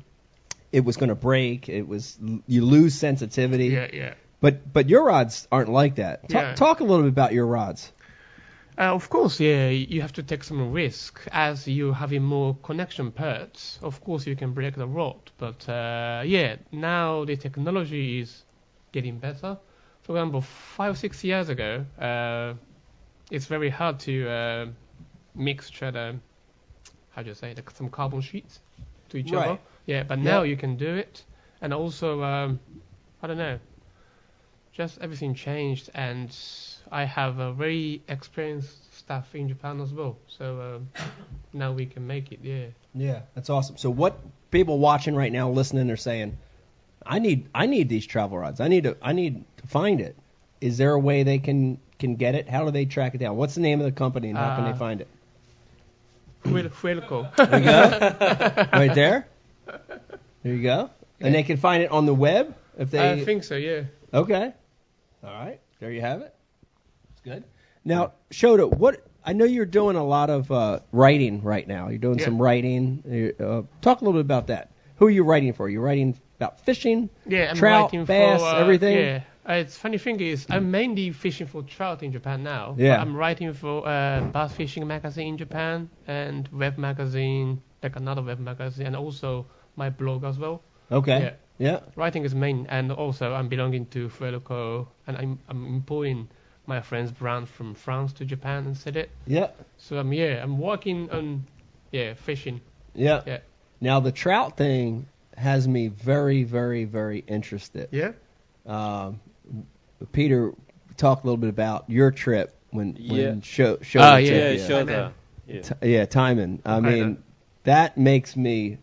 Speaker 1: it was going to break. It was you lose sensitivity.
Speaker 6: Yeah, yeah.
Speaker 1: But but your rods aren't like that. Ta-
Speaker 6: Yeah.
Speaker 1: Talk a little bit about your rods.
Speaker 6: Uh, of course, yeah, you have to take some risk as you having more connection pairs. Of course, you can break the rod, but uh, yeah, now the technology is getting better. For example, five six years ago, uh, it's very hard to uh, mix the how do you say like some carbon sheets to each
Speaker 1: Right.
Speaker 6: other. Yeah, but now you can do it, and also um, I don't know, just everything changed, and I have a very experienced staff in Japan as well. So um, now we can make it. Yeah.
Speaker 1: Yeah, that's awesome. So what people watching right now, listening, are saying, I need I need these travel rods. I need to I need to find it. Is there a way they can can get it? How do they track it down? What's the name of the company and how can
Speaker 6: Uh,
Speaker 1: they find it?
Speaker 6: Fuel- Fuelco.
Speaker 1: Right there. There you go. And they can find it on the web if they.
Speaker 6: I think so. Yeah.
Speaker 1: okay. All right. There you have it. It's good. Now, Shoda, what I know you're doing a lot of uh, writing right now. You're doing
Speaker 6: Yeah.
Speaker 1: some writing. You- Uh, talk a little bit about that. Who are you writing for? You're writing about fishing.
Speaker 6: Yeah, I'm
Speaker 1: Trout,
Speaker 6: writing
Speaker 1: bass,
Speaker 6: for, uh,
Speaker 1: everything?
Speaker 6: Yeah, uh, it's funny thing is I'm mainly fishing for trout in Japan now. but
Speaker 1: Yeah.
Speaker 6: I'm writing for uh, bass fishing magazine in Japan and web magazine, like another web magazine, and also my blog as well.
Speaker 1: Okay. Yeah.
Speaker 6: Writing is main, and also I'm belonging to Freloco, and I'm I'm importing my friend's brand from France to Japan and sell it.
Speaker 1: Yeah.
Speaker 6: So I'm yeah, I'm working on yeah fishing.
Speaker 1: Yeah.
Speaker 6: Yeah.
Speaker 1: Now the trout thing has me very, very, very interested.
Speaker 6: Yeah.
Speaker 1: Um, Peter, talk a little bit about your trip when
Speaker 7: Yeah. Uh,
Speaker 1: when show show
Speaker 6: Ah,
Speaker 1: the
Speaker 6: yeah,
Speaker 1: trip,
Speaker 7: yeah,
Speaker 6: yeah.
Speaker 7: sure.
Speaker 6: Hey, man.
Speaker 7: yeah.
Speaker 1: T- yeah, timing. I
Speaker 6: Timing.
Speaker 1: mean, that makes me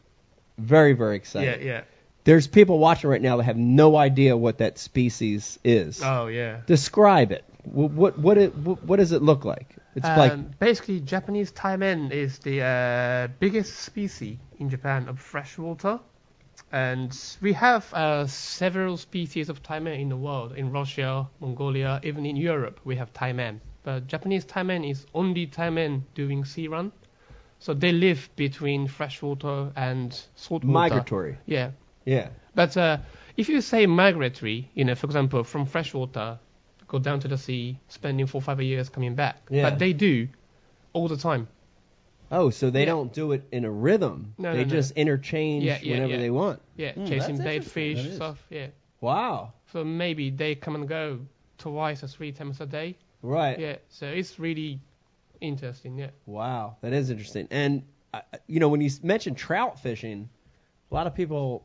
Speaker 1: very, very
Speaker 6: Yeah,
Speaker 1: excited.
Speaker 6: yeah.
Speaker 1: There's people watching right now that have no idea what that species is.
Speaker 6: Oh yeah.
Speaker 1: Describe it. What what what, it, what what does it look like? It's like
Speaker 6: Um, basically Japanese taimen is the uh, biggest species in Japan of freshwater, and we have uh, several species of taimen in the world. In Russia, Mongolia, even in Europe, we have taimen. But Japanese taimen is only taimen doing sea run, so they live between freshwater and saltwater.
Speaker 1: migratory.
Speaker 6: Yeah,
Speaker 1: Yeah.
Speaker 6: but uh, if you say migratory, you know, for example, from freshwater, go down to the sea, spending four five years coming back.
Speaker 1: Yeah.
Speaker 6: But they do all the time.
Speaker 1: Oh, so they
Speaker 6: Yeah.
Speaker 1: don't do it in a rhythm.
Speaker 6: No,
Speaker 1: they
Speaker 6: no, no.
Speaker 1: just interchange
Speaker 6: Yeah, yeah,
Speaker 1: whenever
Speaker 6: yeah.
Speaker 1: they want.
Speaker 6: Yeah,
Speaker 2: Hmm,
Speaker 6: chasing
Speaker 2: that's
Speaker 6: bait
Speaker 2: interesting. That
Speaker 6: fish
Speaker 2: is.
Speaker 6: stuff. Yeah.
Speaker 1: Wow.
Speaker 6: So maybe they come and go twice or three times a day.
Speaker 1: Right.
Speaker 6: Yeah. So it's really interesting. Yeah.
Speaker 1: Wow. That is interesting. And uh, you know, when you s- mention trout fishing, a lot of people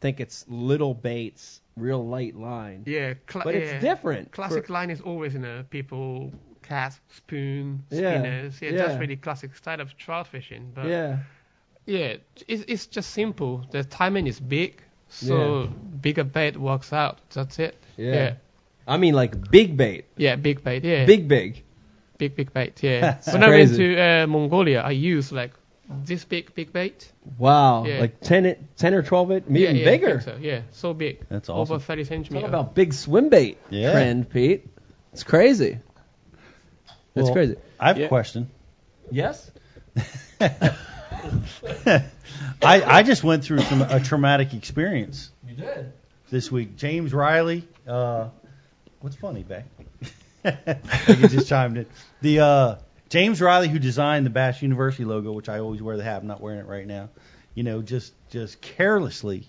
Speaker 1: think it's little baits, real light line.
Speaker 6: Yeah. Cla-
Speaker 1: But it's different.
Speaker 6: Classic line is always you know people cast spoon
Speaker 1: Yeah,
Speaker 6: spinners. Yeah,
Speaker 1: yeah.
Speaker 6: That's really classic style of trout fishing. But
Speaker 1: yeah.
Speaker 6: Yeah, it's, it's just simple. The timing is big, so bigger bait works out. That's it.
Speaker 1: Yeah.
Speaker 6: yeah,
Speaker 1: I mean, like big bait,
Speaker 6: Yeah, big bait. Yeah,
Speaker 1: big big.
Speaker 6: big, big bait. Yeah.
Speaker 1: That's
Speaker 6: when I went
Speaker 1: crazy.
Speaker 6: to uh, Mongolia, I used like this big, big bait.
Speaker 1: Wow.
Speaker 6: Yeah.
Speaker 1: Like 10, 10 or twelve it, maybe
Speaker 6: yeah, yeah, I think
Speaker 1: bigger.
Speaker 6: So. Yeah, so big.
Speaker 2: That's
Speaker 6: Over
Speaker 2: awesome.
Speaker 6: 30
Speaker 1: Talk
Speaker 6: centimeters.
Speaker 1: about big swim bait
Speaker 2: Yeah.
Speaker 1: trend, Pete. It's crazy. That's
Speaker 2: Well,
Speaker 1: crazy.
Speaker 2: I have
Speaker 7: Yeah.
Speaker 2: a question.
Speaker 1: Yes.
Speaker 2: I, I just went through some, a traumatic experience. You did. This week. James Riley. Uh, what's funny, Bay? I think you just chimed in. The uh, James Riley, who designed the Bass University logo, which I always wear the hat, I'm not wearing it right now, you know, just just carelessly,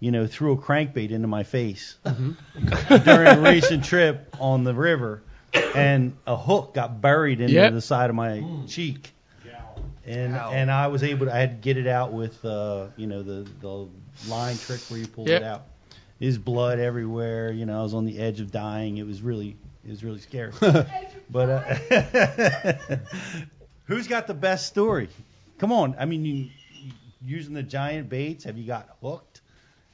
Speaker 2: you know, threw a crankbait into my face during a recent trip on the river, and a hook got buried into
Speaker 6: Yep.
Speaker 2: the side of my cheek. And, and I was able to I had to get it out with uh you know the the line trick where you pull
Speaker 6: Yep.
Speaker 2: it out. There's blood everywhere. You know I was on the edge of dying. It was really it was really scary. but uh, who's got the best story? Come on, I mean you, you- using the giant baits. Have you got hooked?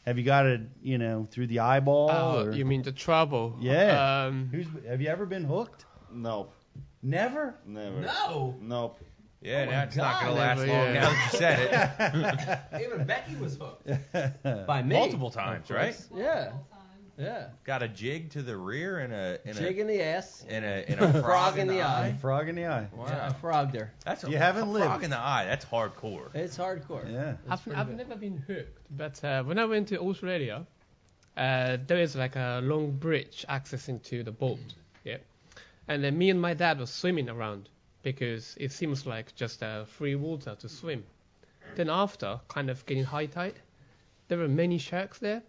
Speaker 2: Have you got it you know through the eyeball?
Speaker 6: Oh,
Speaker 2: or-
Speaker 6: you mean the trouble?
Speaker 2: yeah.
Speaker 6: Um,
Speaker 2: who's have you ever been hooked?
Speaker 5: Nope.
Speaker 2: Never.
Speaker 5: Never.
Speaker 8: No.
Speaker 5: Nope.
Speaker 4: Yeah, that's
Speaker 8: God.
Speaker 4: not going to last long
Speaker 6: Never, yeah.
Speaker 4: now that you said it.
Speaker 8: Even Becky was hooked.
Speaker 9: By me.
Speaker 4: Multiple times,
Speaker 9: of
Speaker 4: right?
Speaker 9: course.
Speaker 10: Yeah. Yeah.
Speaker 4: Got a jig to the rear and a and
Speaker 10: Jig in the ass.
Speaker 4: a and a, and a frog, in the, eye.
Speaker 2: Frog in the eye.
Speaker 4: Wow,
Speaker 10: Frog there.
Speaker 4: that's a,
Speaker 2: You haven't
Speaker 4: a
Speaker 2: lived.
Speaker 4: frog in the eye. That's hardcore.
Speaker 10: It's hardcore.
Speaker 2: Yeah.
Speaker 6: I've, I've never been hooked, but uh, when I went to Australia, uh, there is like a long bridge accessing to the boat, yeah. And then me and my dad was swimming around because it seems like just uh, free water to swim. Then after, kind of getting high tide, there were many sharks there.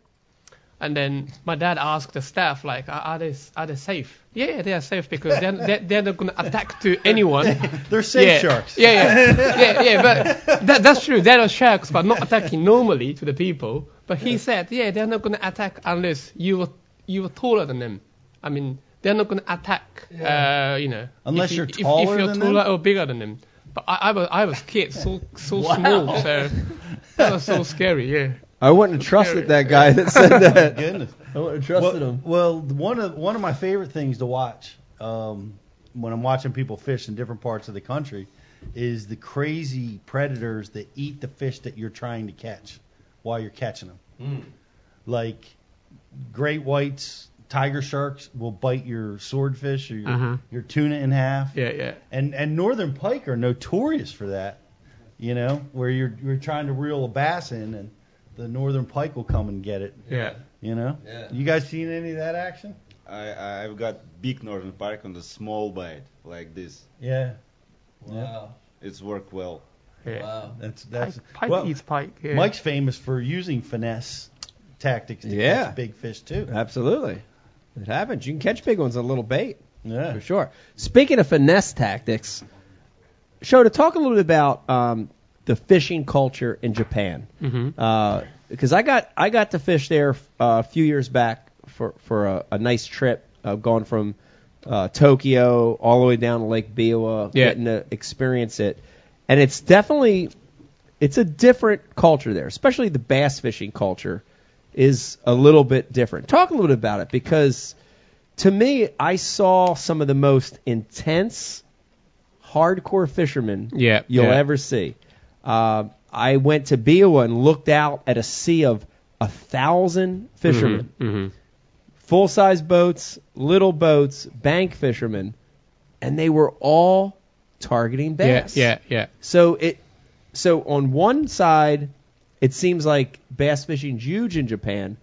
Speaker 6: And then my dad asked the staff, like, are, are they are they safe? Yeah, they are safe because they're they're, they're not gonna attack to anyone.
Speaker 2: They're safe
Speaker 6: yeah.
Speaker 2: sharks.
Speaker 6: Yeah, yeah, yeah, yeah. But that, that's true. There are sharks, but not attacking normally to the people. But he said, yeah, they're not gonna attack unless you were you were taller than them. I mean, they're not gonna attack. Uh, you know,
Speaker 2: Unless
Speaker 6: if,
Speaker 2: you're
Speaker 6: you- if,
Speaker 2: taller
Speaker 6: if you're
Speaker 2: than them?
Speaker 6: taller or bigger than them. But I, I was I was kid, so so small, so that was so scary. Yeah.
Speaker 1: I wouldn't have trusted that guy that said that.
Speaker 2: Goodness.
Speaker 10: I wouldn't have trusted
Speaker 2: well,
Speaker 10: him.
Speaker 2: well, one of one of my favorite things to watch um, when I'm watching people fish in different parts of the country is the crazy predators that eat the fish that you're trying to catch while you're catching them. Like great whites, tiger sharks will bite your swordfish or your,
Speaker 6: Uh-huh.
Speaker 2: your tuna in half.
Speaker 6: Yeah, yeah.
Speaker 2: And and northern pike are notorious for that. You know, where you're you're trying to reel a bass in and the northern pike will come and get it.
Speaker 6: Yeah.
Speaker 2: You know?
Speaker 8: Yeah.
Speaker 2: You guys seen any of that action?
Speaker 5: I, I- I've got big northern park on the small bite like this.
Speaker 2: Yeah.
Speaker 8: Wow.
Speaker 5: It's worked well.
Speaker 6: yeah.
Speaker 8: Wow.
Speaker 2: That's that's
Speaker 6: Pike- pike
Speaker 2: well,
Speaker 6: eats pike. Yeah.
Speaker 2: Mike's famous for using finesse tactics to
Speaker 1: Yeah.
Speaker 2: catch big fish too.
Speaker 1: Absolutely. It happens. You can catch big ones on a little bait.
Speaker 2: Yeah.
Speaker 1: For sure. Speaking of finesse tactics, Show, to talk a little bit about um, the fishing culture in Japan.
Speaker 6: Mhm.
Speaker 1: Uh, because I got I got to fish there uh, a few years back for for a, a nice trip. I've gone from uh, Tokyo all the way down to Lake Biwa,
Speaker 6: Yeah.
Speaker 1: getting to experience it, and it's definitely it's a different culture there, especially the bass fishing culture is a little bit different. Talk a little bit about it because to me, I saw some of the most intense, hardcore fishermen
Speaker 6: Yeah,
Speaker 1: you'll
Speaker 6: yeah.
Speaker 1: ever see. Uh, I went to Biwa and looked out at a sea of a thousand fishermen,
Speaker 6: hmm
Speaker 1: full size boats, little boats, bank fishermen, and they were all targeting
Speaker 6: Yeah,
Speaker 1: bass.
Speaker 6: yeah, yeah.
Speaker 1: So it so on one side it seems like bass fishing's huge in Japan,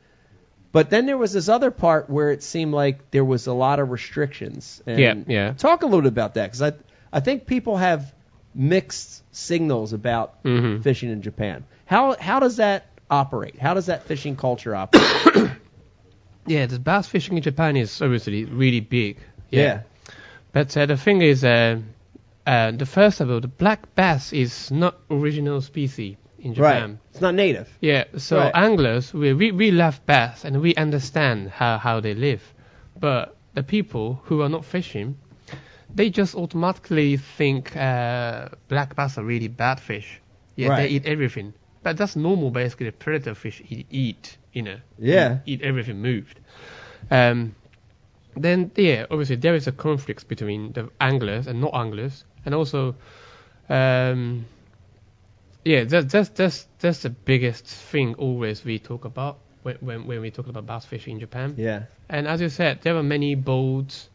Speaker 1: but then there was this other part where it seemed like there was a lot of restrictions. And
Speaker 6: Yeah, yeah.
Speaker 1: Talk a little bit about that because I I think people have mixed signals about
Speaker 6: Mhm.
Speaker 1: fishing in Japan. How how does that operate? How does that fishing culture operate?
Speaker 6: Yeah, the bass fishing in Japan is obviously really big.
Speaker 1: Yeah.
Speaker 6: But uh, the thing is, uh, uh, the first of all, the black bass is not original species in Japan.
Speaker 1: Right. It's not native.
Speaker 6: Yeah, so
Speaker 1: Right.
Speaker 6: anglers, we, we, we love bass and we understand how, how they live. But the people who are not fishing, they just automatically think uh, black bass are really bad fish. Yeah,
Speaker 1: Right.
Speaker 6: they eat everything. But that's normal, basically. The predator fish eat, eat you know,
Speaker 1: Yeah.
Speaker 6: eat everything moved. Um, then yeah, obviously there is a conflict between the anglers and not anglers, and also, um, yeah, that, that's that's that's the biggest thing always we talk about when when, when we talk about bass fishing in Japan.
Speaker 1: Yeah.
Speaker 6: And as you said, there are many boats.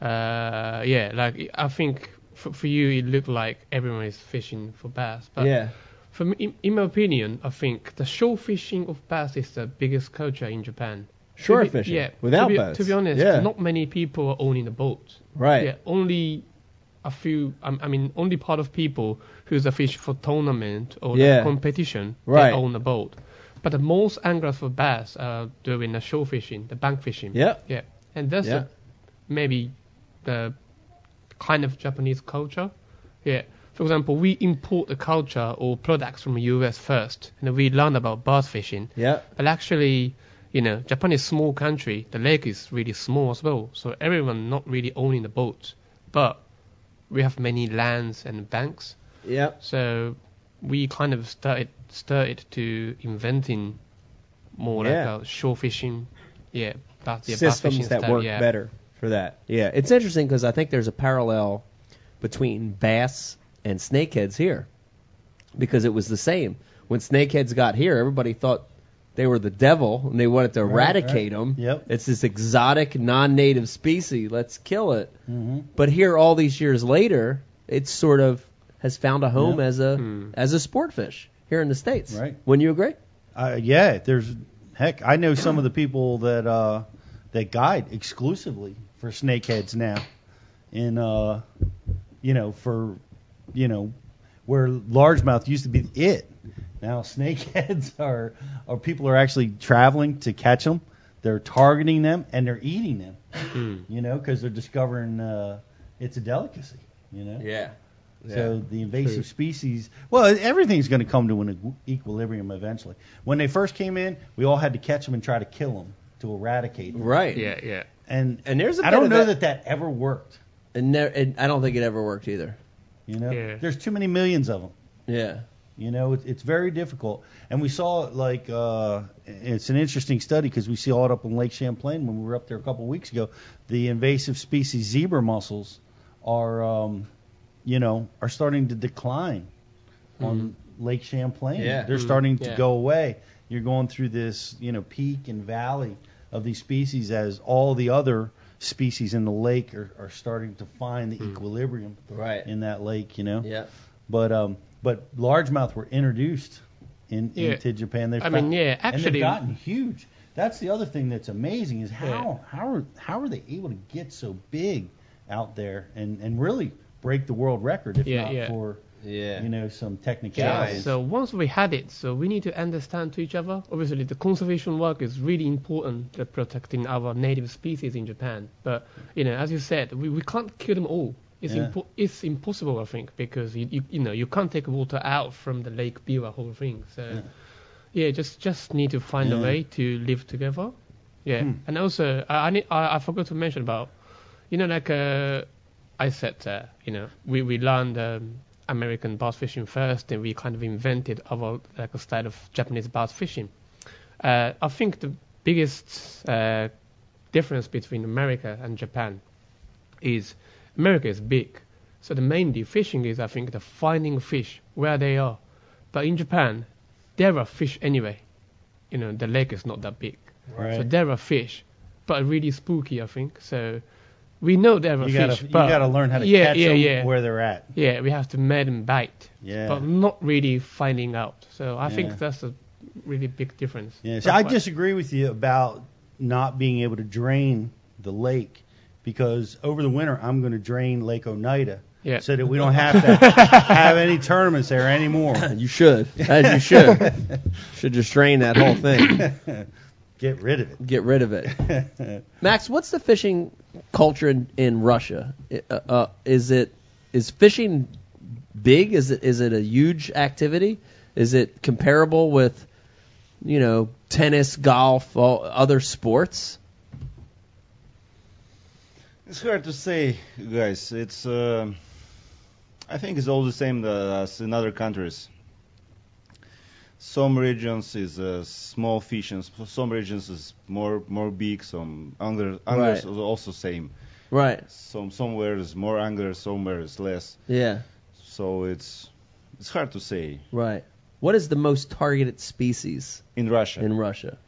Speaker 6: Uh, yeah, like I think for, for you it looked like everyone is fishing for bass, but
Speaker 1: yeah.
Speaker 6: for me, in, in my opinion, I think the shoal fishing of bass is the biggest culture in Japan. To
Speaker 1: Shore
Speaker 6: be-
Speaker 1: fishing
Speaker 6: yeah,
Speaker 1: without
Speaker 6: to be,
Speaker 1: boats.
Speaker 6: To be honest,
Speaker 1: Yeah.
Speaker 6: not many people are owning a boat.
Speaker 1: Right.
Speaker 6: Yeah, only a few. um, I I mean, only part of people who's a fish for tournament or
Speaker 1: Yeah.
Speaker 6: like competition
Speaker 1: Right.
Speaker 6: they own a boat. But the most anglers for bass are doing the shoal fishing, the bank fishing.
Speaker 1: Yep.
Speaker 6: Yeah. And that's
Speaker 1: Yeah.
Speaker 6: a- maybe the kind of Japanese culture. Yeah. For example, we import the culture or products from the US first, and we learn about bass fishing.
Speaker 1: Yeah.
Speaker 6: But actually, you know, Japan is small country. The lake is really small as well, so everyone not really owning the boat. But we have many lands and banks,
Speaker 1: Yeah.
Speaker 6: so we kind of started started to inventing more
Speaker 1: Yeah.
Speaker 6: like a shore fishing, yeah, bass, yeah, bass fishing
Speaker 1: systems that
Speaker 6: style,
Speaker 1: work
Speaker 6: yeah.
Speaker 1: better for that. Yeah, it's interesting because I think there's a parallel between bass and snakeheads here because it was the same. When snakeheads got here, everybody thought they were the devil and they wanted to eradicate them.
Speaker 2: Yep.
Speaker 1: It's this exotic, non-native species. Let's kill it.
Speaker 2: Mm-hmm.
Speaker 1: But here, all these years later, it sort of has found a home
Speaker 2: Yeah.
Speaker 1: as a
Speaker 6: Hmm.
Speaker 1: as a sport fish here in the states.
Speaker 2: Right.
Speaker 1: Wouldn't you agree?
Speaker 2: Uh, yeah, there's heck. I know some of the people that uh, that guide exclusively for snakeheads now, in uh, you know for you know where largemouth used to be it. Now snakeheads are are people are actually traveling to catch them. They're targeting them and they're eating them. You know because they're discovering uh, it's a delicacy. You know.
Speaker 1: Yeah.
Speaker 2: So the invasive species, well, everything's going to come to an e- equilibrium eventually. When they first came in, we all had to catch them and try to kill them to eradicate them.
Speaker 1: Right.
Speaker 6: Yeah, yeah.
Speaker 2: And
Speaker 1: And there's a
Speaker 2: I
Speaker 1: bit
Speaker 2: don't
Speaker 1: of
Speaker 2: know
Speaker 1: that-
Speaker 2: that. that ever worked.
Speaker 1: And, ne- and I don't think it ever worked either.
Speaker 2: You know,
Speaker 6: Yeah.
Speaker 2: there's too many millions of them.
Speaker 1: Yeah.
Speaker 2: You know, it's, it's very difficult. And we saw like uh, it's an interesting study because we saw it up in Lake Champlain when we were up there a couple weeks ago. The invasive species zebra mussels are, um, you know, are starting to decline on Lake Champlain.
Speaker 1: Mm-hmm. Yeah.
Speaker 2: They're
Speaker 6: Mhm.
Speaker 2: starting to
Speaker 6: Yeah.
Speaker 2: go away. You're going through this, you know, peak and valley of these species as all the other species in the lake are, are starting to find the equilibrium
Speaker 1: Hmm. Right.
Speaker 2: in that lake, you know.
Speaker 1: Yeah.
Speaker 2: But um, but largemouth were introduced in,
Speaker 6: Yeah.
Speaker 2: into Japan. They're
Speaker 6: I mean,
Speaker 2: fat-
Speaker 6: yeah,
Speaker 2: and
Speaker 6: actually-
Speaker 2: they've gotten huge. That's the other thing that's amazing is how how are how are they able to get so big out there and and really break the world record if
Speaker 6: Yeah,
Speaker 2: not
Speaker 6: yeah.
Speaker 2: for
Speaker 1: Yeah.
Speaker 2: you know some
Speaker 6: Yeah,
Speaker 2: technicalities.
Speaker 6: so once we had it, so we need to understand to each other. Obviously, the conservation work is really important to protecting our native species in Japan. But you know, as you said, we, we can't kill them all. It's
Speaker 2: Yeah.
Speaker 6: impo- it's impossible, I think, because you, you you know you can't take water out from the lake, Biwa whole thing. So yeah, just just need to find a
Speaker 2: Yeah.
Speaker 6: way to live together. Yeah, and also I I, need, I I forgot to mention about you know like uh, I said uh, you know we we learned um, American bass fishing first, and we kind of invented our like a style of Japanese bass fishing. Uh, I think the biggest uh, difference between America and Japan is America is big, so the mainly fishing is I think the finding fish where they are, but in Japan there are fish anyway. You know the lake is not that big,
Speaker 2: Right.
Speaker 6: so there are fish, but really spooky I think. So we know there are
Speaker 2: you
Speaker 6: fish,
Speaker 2: gotta you
Speaker 6: but
Speaker 2: gotta learn how to
Speaker 6: yeah,
Speaker 2: catch
Speaker 6: yeah,
Speaker 2: them
Speaker 6: yeah.
Speaker 2: where they're at.
Speaker 6: yeah, we have to make them bite,
Speaker 2: Yeah.
Speaker 6: but not really finding out. So I
Speaker 2: Yeah.
Speaker 6: think that's a really big difference.
Speaker 2: Yeah,
Speaker 6: That's
Speaker 2: so I
Speaker 6: why-
Speaker 2: disagree with you about not being able to drain the lake because over the winter I'm going to drain Lake Oneida
Speaker 6: Yeah.
Speaker 2: so that we don't have to have any tournaments there anymore.
Speaker 1: You should. As you should. should just drain that whole thing.
Speaker 2: Get rid of
Speaker 1: Get rid of it.
Speaker 2: it.
Speaker 1: Max, what's the fishing culture in, in Russia? I- Uh, uh, is it is fishing big? Is it is it a huge activity? Is it comparable with you know tennis, golf, all other sports?
Speaker 5: It's hard to say, guys. It's uh, I think it's all the same uh, as in other countries. Some regions is uh, small fish, and s- some regions is more more big. Some angler, anglers
Speaker 1: Right.
Speaker 5: are also same.
Speaker 1: Right.
Speaker 5: Some somewhere is more angler, somewhere is less.
Speaker 1: Yeah.
Speaker 5: So it's it's hard to say
Speaker 1: Right. What is the most targeted species
Speaker 5: in Russia.
Speaker 1: in Russia?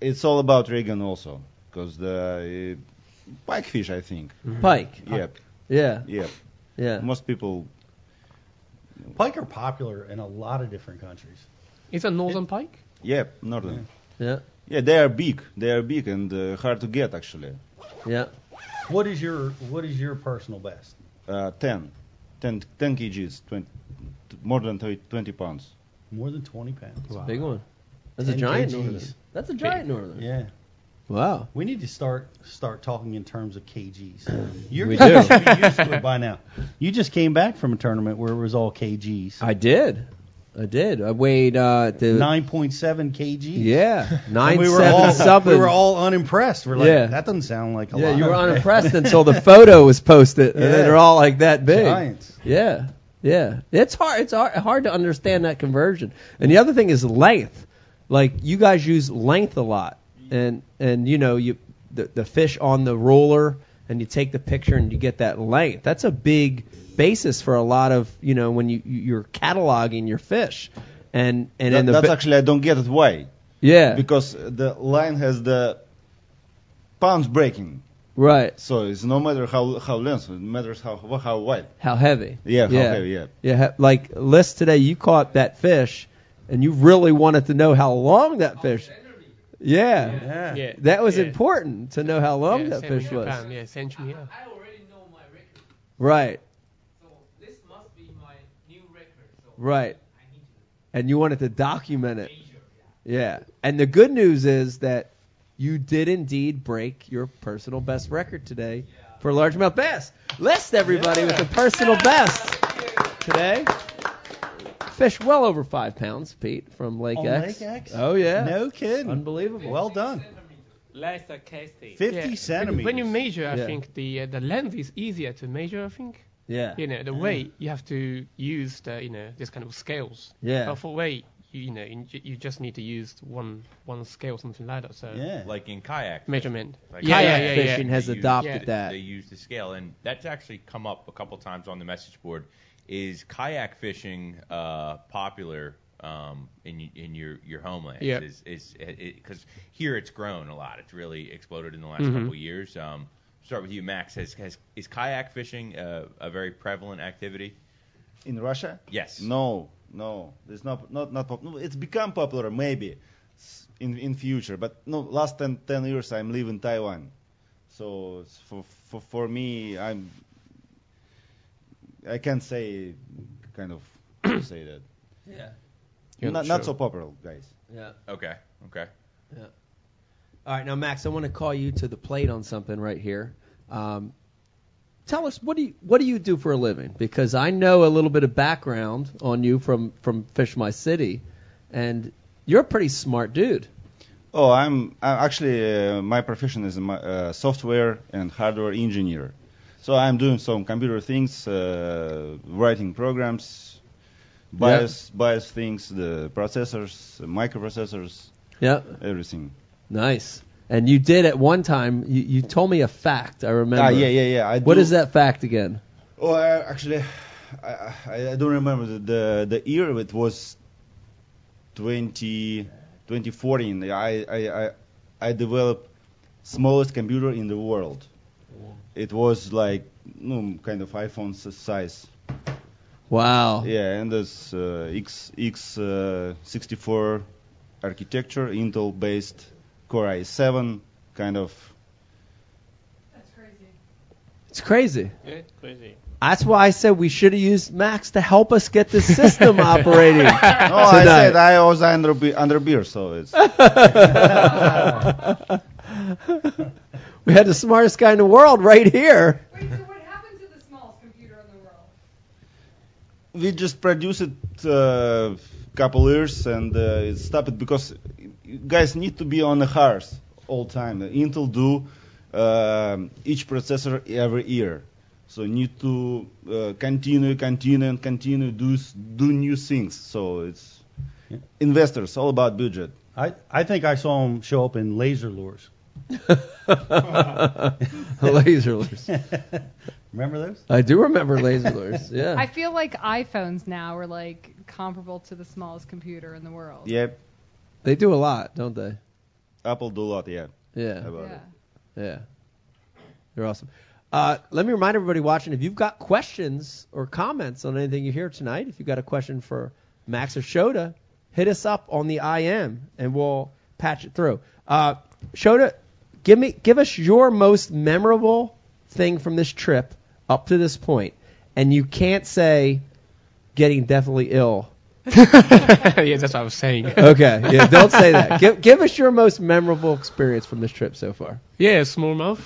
Speaker 5: it's all about Reagan also, because the uh, pikefish, I think.
Speaker 1: Pike.
Speaker 5: Yeah,
Speaker 1: Mm-hmm. Yeah.
Speaker 5: yeah.
Speaker 1: Yeah.
Speaker 5: Most people
Speaker 2: Pike are popular in a lot of different countries.
Speaker 6: Is that northern pike?
Speaker 5: Yeah, northern.
Speaker 1: Yeah.
Speaker 5: Yeah, they are big. They are big and uh, hard to get actually.
Speaker 1: Yeah.
Speaker 2: What is your what is your personal best?
Speaker 5: uh, 10, 10, 10 kgs, 20, more than 30, 20 pounds.
Speaker 2: More than 20 pounds.
Speaker 1: That's a big one. That's a
Speaker 2: 10
Speaker 1: giant
Speaker 2: kgs.
Speaker 1: northern. That's a giant northern.
Speaker 2: Yeah.
Speaker 1: Wow.
Speaker 2: We need to start start talking in terms of kgs. You're
Speaker 1: We
Speaker 2: you
Speaker 1: do.
Speaker 2: should be used to it by now. You just came back from a tournament where it was all kgs.
Speaker 1: I did. I did. I weighed uh, the
Speaker 2: 9.7 kgs.
Speaker 1: yeah nine
Speaker 2: And we were
Speaker 1: seven
Speaker 2: all
Speaker 1: something.
Speaker 2: we were all unimpressed. We're like,
Speaker 1: Yeah.
Speaker 2: that doesn't sound like a
Speaker 1: yeah,
Speaker 2: lot.
Speaker 1: you were unimpressed until the photo was posted, and
Speaker 2: Yeah.
Speaker 1: then they're all like that big.
Speaker 2: Giants.
Speaker 1: Yeah, yeah. It's hard. It's hard, hard to understand that conversion. And the other thing is length. Like you guys use length a lot, and and you know you the, the fish on the roller, and you take the picture and you get that length. That's a big basis for a lot of you know when you you- you're cataloging your fish, and and in
Speaker 5: That-
Speaker 1: the
Speaker 5: that's
Speaker 1: vi-
Speaker 5: actually I don't get it why.
Speaker 1: yeah
Speaker 5: Because the line has the pounds breaking,
Speaker 1: right
Speaker 5: so it's no matter how how length, it matters how how wide.
Speaker 1: how heavy.
Speaker 5: Yeah, how heavy, yeah.
Speaker 1: Yeah, ha- like list today, you caught that fish, and you really wanted to know how long that fish. Yeah,
Speaker 2: Yeah.
Speaker 6: Oh, Yeah.
Speaker 1: that was
Speaker 6: yeah.
Speaker 1: important to know how long
Speaker 6: yeah,
Speaker 1: that
Speaker 6: same
Speaker 1: fish was.
Speaker 6: with Japan, Yeah, same to me, yeah.
Speaker 7: I already know my record,
Speaker 1: Right,
Speaker 7: so this must be my new record. So
Speaker 1: right.
Speaker 7: I need to
Speaker 1: And you wanted to document it.
Speaker 7: measure.
Speaker 1: Yeah. And the good news is that you did indeed break your personal best record today for largemouth bass. List everybody with the personal best today. Fish well over five pounds, Pete, from Lake
Speaker 2: On
Speaker 1: X.
Speaker 2: Lake X?
Speaker 1: Oh yeah.
Speaker 2: No kidding.
Speaker 1: Unbelievable.
Speaker 2: Well done.
Speaker 11: Less
Speaker 7: uh,
Speaker 11: a casting.
Speaker 2: 50
Speaker 6: Yeah, when you-
Speaker 2: centimeters.
Speaker 6: When you measure, I
Speaker 1: Yeah.
Speaker 6: think the uh, the length is easier to measure. I think
Speaker 1: Yeah.
Speaker 6: you know the weight you have to use the you know this kind of scales.
Speaker 1: Yeah.
Speaker 6: But for weight, you, you know you, you just need to use one one scale something like that. So
Speaker 2: yeah.
Speaker 4: like in kayak.
Speaker 6: measurement.
Speaker 4: Like
Speaker 6: yeah, yeah,
Speaker 1: Kayak
Speaker 6: yeah, yeah.
Speaker 1: fishing has
Speaker 4: They use-
Speaker 1: adopted
Speaker 4: they-
Speaker 1: that.
Speaker 4: They use the scale, and that's actually come up a couple times on the message board. Is kayak fishing uh, popular um, in y- in your your homeland?
Speaker 6: Yeah.
Speaker 4: Is is because here it's grown a lot. It's really exploded in the last
Speaker 6: Mhm.
Speaker 4: couple years. Um, start with you, Max. Has, has is kayak fishing a, a very prevalent activity?
Speaker 5: In Russia?
Speaker 4: Yes.
Speaker 5: No, no, it's not not not pop- no, it's become popular maybe s- in in future, but no, last 10, 10 years I'm living Taiwan, so it's for for for me I'm I can't say kind of say that
Speaker 1: Yeah.
Speaker 6: Yeah,
Speaker 5: not
Speaker 6: sure.
Speaker 5: not so popular guys.
Speaker 1: Yeah.
Speaker 4: Okay. Okay.
Speaker 1: All right, now Max, I want to call you to the plate on something right here. Um, tell us what do you what do you do for a living? Because I know a little bit of background on you from from Fish My City, and you're a pretty smart dude.
Speaker 5: Oh, I'm I actually uh, my profession is my, uh, software and hardware engineer. So I'm doing some computer things, uh, writing programs, bias bias things, the processors, microprocessors,
Speaker 1: Yep.
Speaker 5: everything.
Speaker 1: Nice. And you did at one time. You, you told me a fact. I remember.
Speaker 5: Ah, yeah, yeah, yeah. I
Speaker 1: What
Speaker 5: do-
Speaker 1: is that fact again?
Speaker 5: Oh, I, actually, I, I, I don't remember the, the the year. It was 20 2014. I I I, I developed smallest computer in the world. It was like no, kind of iPhone s- size.
Speaker 1: Wow.
Speaker 5: Yeah, and this uh, X X uh, 64 architecture, Intel based Core i7 kind of.
Speaker 12: That's crazy.
Speaker 1: It's crazy.
Speaker 11: Yeah, crazy.
Speaker 1: That's why I said we should have used Max to help us get this system operating.
Speaker 5: No, I said I was under be- under beer, so it's.
Speaker 1: we had the smartest guy in the world right here.
Speaker 12: Wait, so what happened to the smallest computer in the world?
Speaker 5: we just produced it uh, couple years and uh, it stopped because you guys need to be on the hars all time. Intel do um each processor every year, so need to uh, continue, continue, and continue do s- do new things. So it's investors all about budget.
Speaker 2: I, I think I saw him show up in laser lures.
Speaker 1: laser lures.
Speaker 2: Remember those?
Speaker 1: I do remember laser lures. Yeah.
Speaker 12: I feel like iPhones now are like comparable to the smallest computer in the world.
Speaker 5: Yep,
Speaker 1: they do a lot, don't they?
Speaker 5: Apple do a lot. Yeah,
Speaker 1: Yeah.
Speaker 5: about it.
Speaker 1: Yeah. They're awesome. Uh, let me remind everybody watching if you've got questions or comments on anything you hear tonight, if you've got a question for Max or Shoda, hit us up on the IM and we'll patch it through. Uh, Shoda, give me give us your most memorable thing from this trip up to this point, and you can't say getting deathly ill.
Speaker 6: yeah, that's what I was saying.
Speaker 1: okay, yeah, don't say that. Give, give us your most memorable experience from this trip so far.
Speaker 6: Yeah, smallmouth.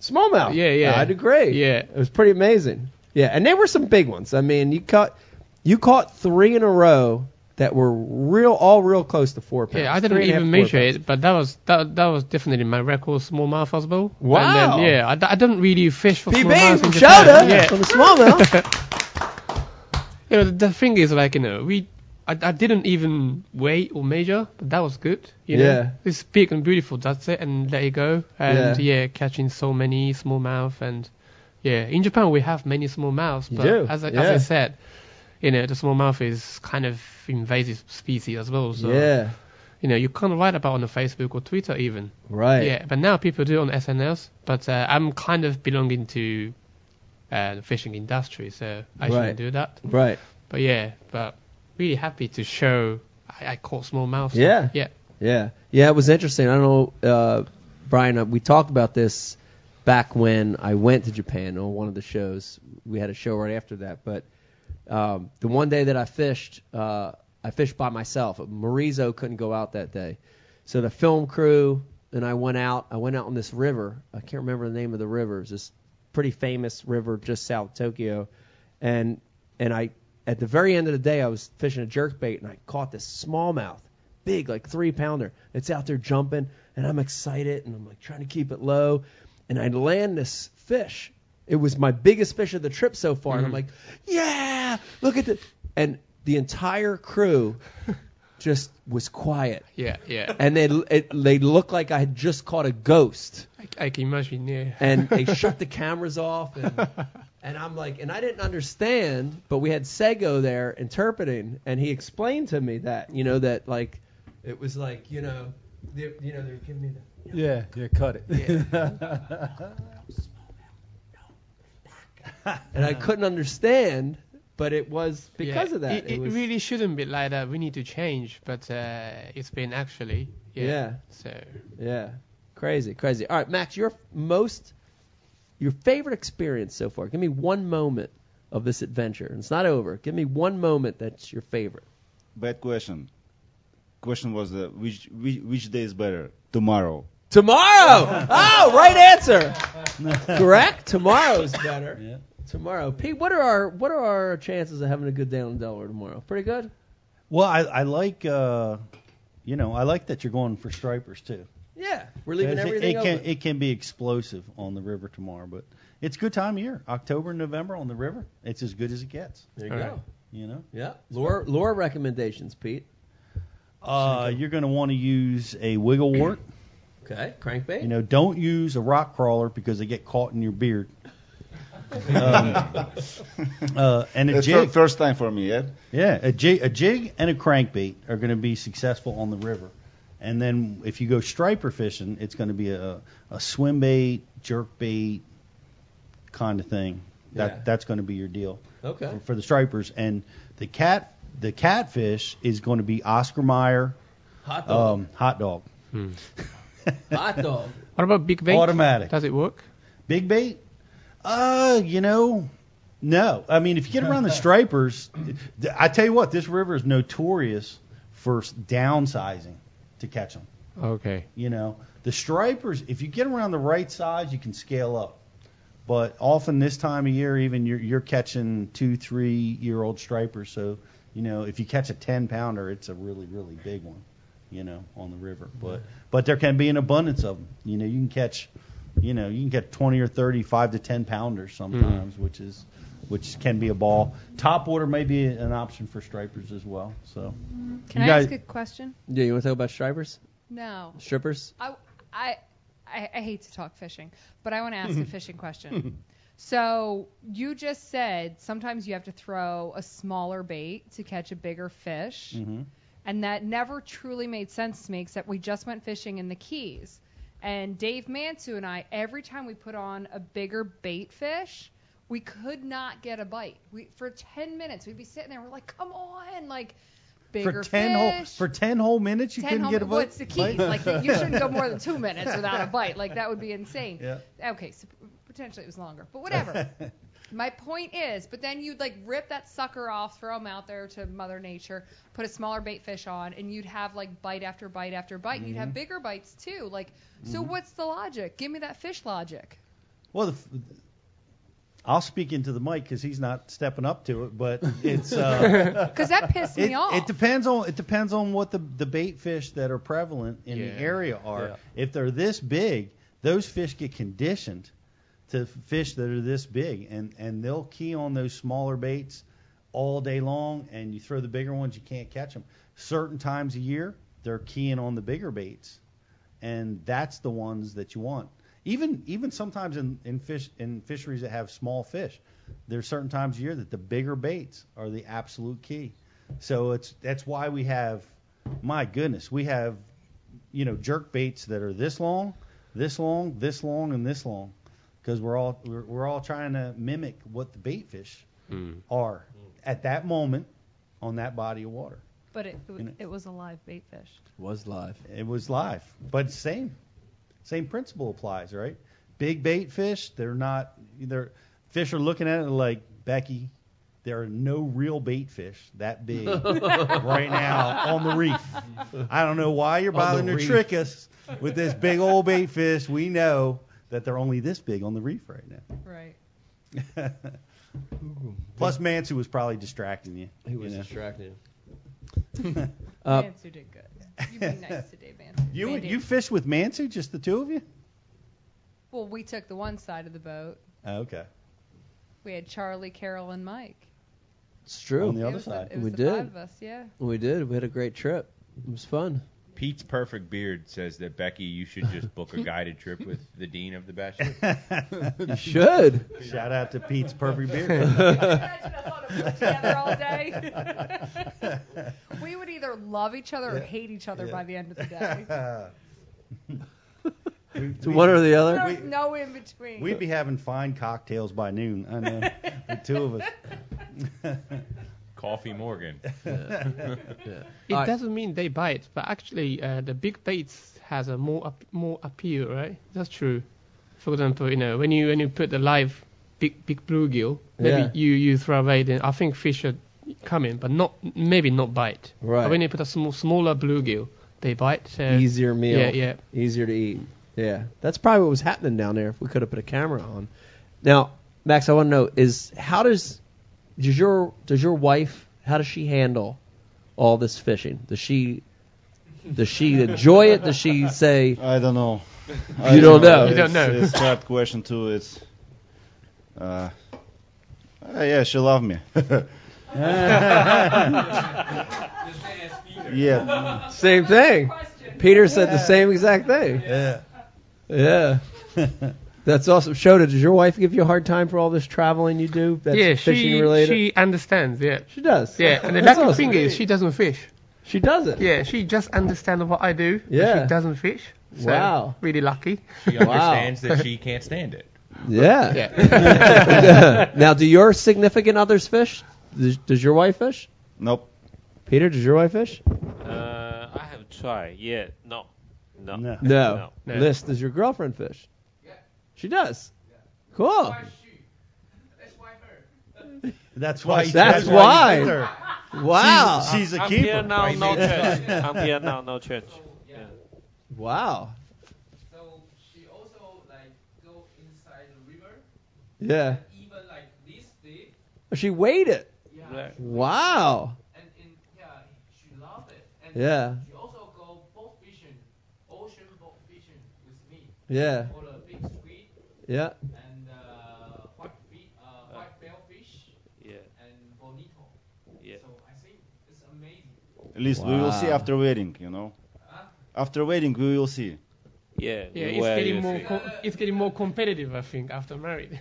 Speaker 1: Smallmouth.
Speaker 6: Yeah, yeah.
Speaker 1: I'd agree.
Speaker 6: Yeah.
Speaker 1: It was pretty amazing. Yeah, and they were some big ones. I mean, you caught you caught three in a row that were real, all real close to four pounds.
Speaker 6: Yeah, I didn't
Speaker 1: Three and a
Speaker 6: even
Speaker 1: half, four
Speaker 6: measure
Speaker 1: pounds.
Speaker 6: it, but that was that, that was definitely my record smallmouth as well.
Speaker 1: Wow.
Speaker 6: And then, yeah, I, d- I don't really fish for
Speaker 1: PB
Speaker 6: smallmouth
Speaker 1: from
Speaker 6: in Japan.
Speaker 1: Chowder
Speaker 6: Yeah.
Speaker 1: from the smallmouth.
Speaker 6: Yeah, but the thing is, like you know, we I, I didn't even weigh or measure, but that was good. You know?
Speaker 1: Yeah.
Speaker 6: it's big and beautiful. That's it, and let it go. And
Speaker 1: Yeah.
Speaker 6: yeah, catching so many smallmouth and yeah, in Japan we have many smallmouths,
Speaker 1: You
Speaker 6: but
Speaker 1: do,
Speaker 6: as I,
Speaker 1: yeah.
Speaker 6: as I said, you know, the smallmouth is kind of invasive species as well. So
Speaker 1: yeah,
Speaker 6: you know, you can't write about on the Facebook or Twitter even.
Speaker 1: right.
Speaker 6: Yeah, but now people do on SNLs. But uh, I'm kind of belonging to uh, the fishing industry, so I
Speaker 1: Right.
Speaker 6: shouldn't do that.
Speaker 1: Right.
Speaker 6: But yeah, but really happy to show I, I caught smallmouth.
Speaker 1: Yeah.
Speaker 6: Yeah.
Speaker 1: Yeah, yeah, it was interesting. I don't know, uh, Brian. uh, We talked about this back when I went to Japan on one of the shows. We had a show right after that, but um, the one day that I fished, uh, I fished by myself. Marizo couldn't go out that day, so the film crew and I went out. I went out on this river. I can't remember the name of the river. It's this pretty famous river just south of Tokyo, and and I at the very end of the day I was fishing a jerkbait and I caught this smallmouth big, like three pounder. It's out there jumping, and I'm excited, and I'm like trying to keep it low, and I land this fish. It was my biggest fish of the trip so far, and I'm like, yeah, look at the, and the entire crew just was quiet,
Speaker 6: Yeah. Yeah.
Speaker 1: and they it, they looked like I had just caught a ghost
Speaker 6: I, I can imagine. Yeah.
Speaker 1: and they shut the cameras off and and I'm like and I didn't understand but we had Sego there interpreting and he explained to me that you know that like it was like you know they, you know they were giving me the you know,
Speaker 13: Yeah, yeah, cut it.
Speaker 1: and I couldn't understand but it was because
Speaker 6: Yeah,
Speaker 1: of that
Speaker 6: It, it,
Speaker 1: was,
Speaker 6: really shouldn't be like that. We need to change, but uh, it's been actually. Yeah.
Speaker 1: Yeah.
Speaker 6: So
Speaker 1: yeah crazy crazy all right Max your most your favorite experience so far give me one moment of this adventure and it's not over give me one moment that's your favorite
Speaker 5: Bad question. Question was uh, which, which which day is better? Tomorrow.
Speaker 1: Tomorrow. Oh, right answer. Correct. Tomorrow's better. Tomorrow. Pete, what are our what are our chances of having a good day on Delaware tomorrow? Pretty good.
Speaker 2: Well, I, I like, uh, you know, I like that you're going for stripers too.
Speaker 1: Yeah, we're leaving
Speaker 2: Because it-
Speaker 1: everything
Speaker 2: it can
Speaker 1: open.
Speaker 2: it can be explosive on the river tomorrow, but it's good time of year. October and November on the river, it's as good as it gets.
Speaker 1: there you
Speaker 6: All
Speaker 1: go.
Speaker 6: right.
Speaker 2: You know,
Speaker 1: Yeah. Lure lure recommendations, Pete.
Speaker 2: uh, you're going to want to use a wiggle wart.
Speaker 1: Okay. Crankbait.
Speaker 2: You know, don't use a rock crawler because they get caught in your beard. Um, uh, and a
Speaker 5: It's fir-
Speaker 2: jig,
Speaker 5: first time for me, yeah.
Speaker 2: yeah, a jig, a jig and a crankbait are going to be successful on the river. And then if you go striper fishing, it's going to be a, a swim bait, jerk bait kind of thing. That
Speaker 1: Yeah.
Speaker 2: that's going to be your deal
Speaker 1: okay.
Speaker 2: for the stripers. And the cat, the catfish is going to be Oscar Mayer,
Speaker 1: Hot dog.
Speaker 2: um, hot dog, um,
Speaker 1: Hot dog.
Speaker 6: what about big bait?
Speaker 2: automatic.
Speaker 6: Does it work?
Speaker 2: Big bait? Uh, you know, no. I mean, if you get around the stripers, th- I tell you what, this river is notorious for s- downsizing to catch them.
Speaker 6: Okay.
Speaker 2: You know, the stripers, if you get around the right size, you can scale up. But often this time of year, even you're, you're catching two, three year old stripers. So, you know, if you catch a 10 pounder, it's a really, really big one, you know, on the river. But, but there can be an abundance of them. You know, you can catch, you know, you can get 20 or 30, five to 10 pounders sometimes, which is, which can be a ball. Top water may be an option for stripers as well. So, You
Speaker 12: Can I
Speaker 2: guys-
Speaker 12: ask a question?
Speaker 1: Yeah, you want to talk about stripers?
Speaker 12: No.
Speaker 1: Strippers?
Speaker 12: I, I, I I hate to talk fishing, but I want to ask a fishing question. So you just said sometimes you have to throw a smaller bait to catch a bigger fish,
Speaker 2: Mm-hmm.
Speaker 12: and that never truly made sense to me. Except we just went fishing in the Keys, and Dave Mansu and I, every time we put on a bigger bait fish, we could not get a bite. We for 10 minutes we'd be sitting there, we're like, come on, like bigger
Speaker 2: for 10 whole,
Speaker 12: fish
Speaker 2: for 10 whole minutes, you
Speaker 12: 10
Speaker 2: couldn't
Speaker 12: home-
Speaker 2: get a
Speaker 12: well,
Speaker 2: bite?
Speaker 12: it's the keys. Like you shouldn't go more than two minutes without a bite. Like that would be insane.
Speaker 2: Yeah.
Speaker 12: Okay, so potentially it was longer, but whatever. My point is, but then you'd like rip that sucker off, throw him out there to Mother Nature, put a smaller bait fish on, and you'd have like bite after bite after bite. You'd have
Speaker 2: Mhm.
Speaker 12: bigger bites too. Like, so
Speaker 2: Mhm.
Speaker 12: what's the logic? Give me that fish logic.
Speaker 2: Well, the, f- I'll speak into the mic because he's not stepping up to it, but it's uh,
Speaker 12: 'Cause that pissed me
Speaker 2: it,
Speaker 12: off.
Speaker 2: It depends on it depends on what the the bait fish that are prevalent in
Speaker 3: Yeah.
Speaker 2: the area are.
Speaker 3: Yeah.
Speaker 2: If they're this big, those fish get conditioned to fish that are this big, and and they'll key on those smaller baits all day long, and you throw the bigger ones, you can't catch them. Certain times a year, they're keying on the bigger baits, and that's the ones that you want. Even even sometimes in, in fish in fisheries that have small fish, there's certain times a year that the bigger baits are the absolute key. So it's that's why we have, my goodness, we have, you know, jerk baits that are this long, this long, this long, and this long, because we're all we're, we're all trying to mimic what the bait fish are at that moment on that body of water.
Speaker 12: But it
Speaker 2: You know-
Speaker 12: it was a live bait fish.
Speaker 2: Was live. It was live, but same, same principle applies, right? Big bait fish, they're not. They're fish are looking at it like Becky. There are no real bait fish that big right now on the reef. I don't know why you're
Speaker 3: On the
Speaker 2: bothering to
Speaker 3: reef.
Speaker 2: trick us with this big old bait fish. We know that they're only this big on the reef right now.
Speaker 12: Right.
Speaker 2: Plus, Mansu was probably distracting you. He
Speaker 1: was
Speaker 2: distracting.
Speaker 1: Uh,
Speaker 12: Mansu did good. You be nice today, Mansu.
Speaker 2: You
Speaker 12: Mandy.
Speaker 2: you fished with Mansu, just the two of you?
Speaker 12: Well, we took the one side of the boat.
Speaker 2: Oh, okay.
Speaker 12: We had Charlie, Carol, and Mike.
Speaker 1: It's true.
Speaker 2: On the
Speaker 12: it was The, it was
Speaker 1: we
Speaker 12: the
Speaker 1: did.
Speaker 12: five of us, yeah.
Speaker 1: We did. We had a great trip. It was fun.
Speaker 4: Pete's perfect beard says that Becky, you should just book a guided trip with the dean of the bachelor.
Speaker 1: You should.
Speaker 2: Shout out to Pete's Perfect Beard.
Speaker 12: together all day. we would either love each other or
Speaker 2: Yeah.
Speaker 12: hate each other
Speaker 2: Yeah.
Speaker 12: by the end of the day.
Speaker 1: It's one or the
Speaker 12: There was
Speaker 1: other.
Speaker 12: no in between.
Speaker 2: We'd be having fine cocktails by noon. I know. the two of us.
Speaker 4: Coffee Morgan.
Speaker 6: It
Speaker 1: Alright.
Speaker 6: doesn't mean they bite, but actually, uh, the big baits has a more ap- more appeal, right? That's true. For example, you know, when you when you put the live big big bluegill, maybe
Speaker 1: Yeah.
Speaker 6: you you throw away, then I think fish are coming, but not maybe not bite.
Speaker 1: Right.
Speaker 6: But when you put a small smaller bluegill, they bite. So
Speaker 1: Easier meal.
Speaker 6: Yeah, yeah.
Speaker 1: Easier to eat. Yeah. That's probably what was happening down there if we could have put a camera on. Now, Max, I want to know is how does does your does your wife how does she handle all this fishing? Does she does she enjoy it? Does she say
Speaker 5: I don't know.
Speaker 1: You don't know. You
Speaker 5: It's,
Speaker 1: don't know.
Speaker 5: It's hard question too. It's uh, uh, yeah, she love me. yeah.
Speaker 1: same thing? Peter said the same exact thing.
Speaker 2: Yeah.
Speaker 1: Yeah. That's awesome. Shoda, does your wife give you a hard time for all this traveling you do? That's
Speaker 6: yeah,
Speaker 1: fishing
Speaker 6: she
Speaker 1: related.
Speaker 6: she understands. Yeah,
Speaker 1: She does.
Speaker 6: yeah. And the
Speaker 1: That's
Speaker 6: lucky
Speaker 1: awesome.
Speaker 6: thing is, she doesn't fish.
Speaker 1: She does it.
Speaker 6: Yeah, she just understands what I do. but
Speaker 1: Yeah.
Speaker 6: she doesn't fish. So
Speaker 1: Wow.
Speaker 6: really lucky.
Speaker 4: She understands that she can't stand it.
Speaker 1: Yeah. now, do your significant others fish? Does, does your wife fish?
Speaker 5: Nope.
Speaker 1: Peter, does your wife fish?
Speaker 7: Uh, I have tried. Yeah, no, no,
Speaker 2: No.
Speaker 1: No.
Speaker 6: No.
Speaker 1: Liz, does your girlfriend fish?
Speaker 14: Yeah.
Speaker 1: She does. Cool.
Speaker 14: Why she? That's why her.
Speaker 2: That's why.
Speaker 1: That's
Speaker 2: why. you
Speaker 1: why.
Speaker 2: picked her.
Speaker 1: Wow.
Speaker 2: She's, she's a
Speaker 7: I'm
Speaker 2: keeper.
Speaker 7: here now,
Speaker 4: Why
Speaker 7: no
Speaker 4: me?
Speaker 7: change. I'm here now, no change. Yeah.
Speaker 1: wow.
Speaker 14: So she also like go inside the river.
Speaker 1: Yeah.
Speaker 14: And even like this deep.
Speaker 1: She waited.
Speaker 14: Yeah.
Speaker 7: Right.
Speaker 1: Wow.
Speaker 14: And in yeah, she loved it. And
Speaker 1: Yeah.
Speaker 14: She also go boat fishing, ocean boat fishing with me.
Speaker 1: Yeah.
Speaker 14: For the big squid
Speaker 1: Yeah.
Speaker 14: and uh, white fi- uh, white bell fish
Speaker 7: Yeah,
Speaker 14: and bonito.
Speaker 7: yeah.
Speaker 14: So I think it's amazing.
Speaker 5: At least we will see
Speaker 1: Wow.
Speaker 5: after wedding, you know.
Speaker 14: Huh?
Speaker 5: After wedding, we will see.
Speaker 6: Yeah,
Speaker 7: Yeah, we
Speaker 6: it's
Speaker 7: were
Speaker 6: getting
Speaker 7: with
Speaker 6: more
Speaker 7: it.
Speaker 6: com- it's getting more competitive, I think, after married.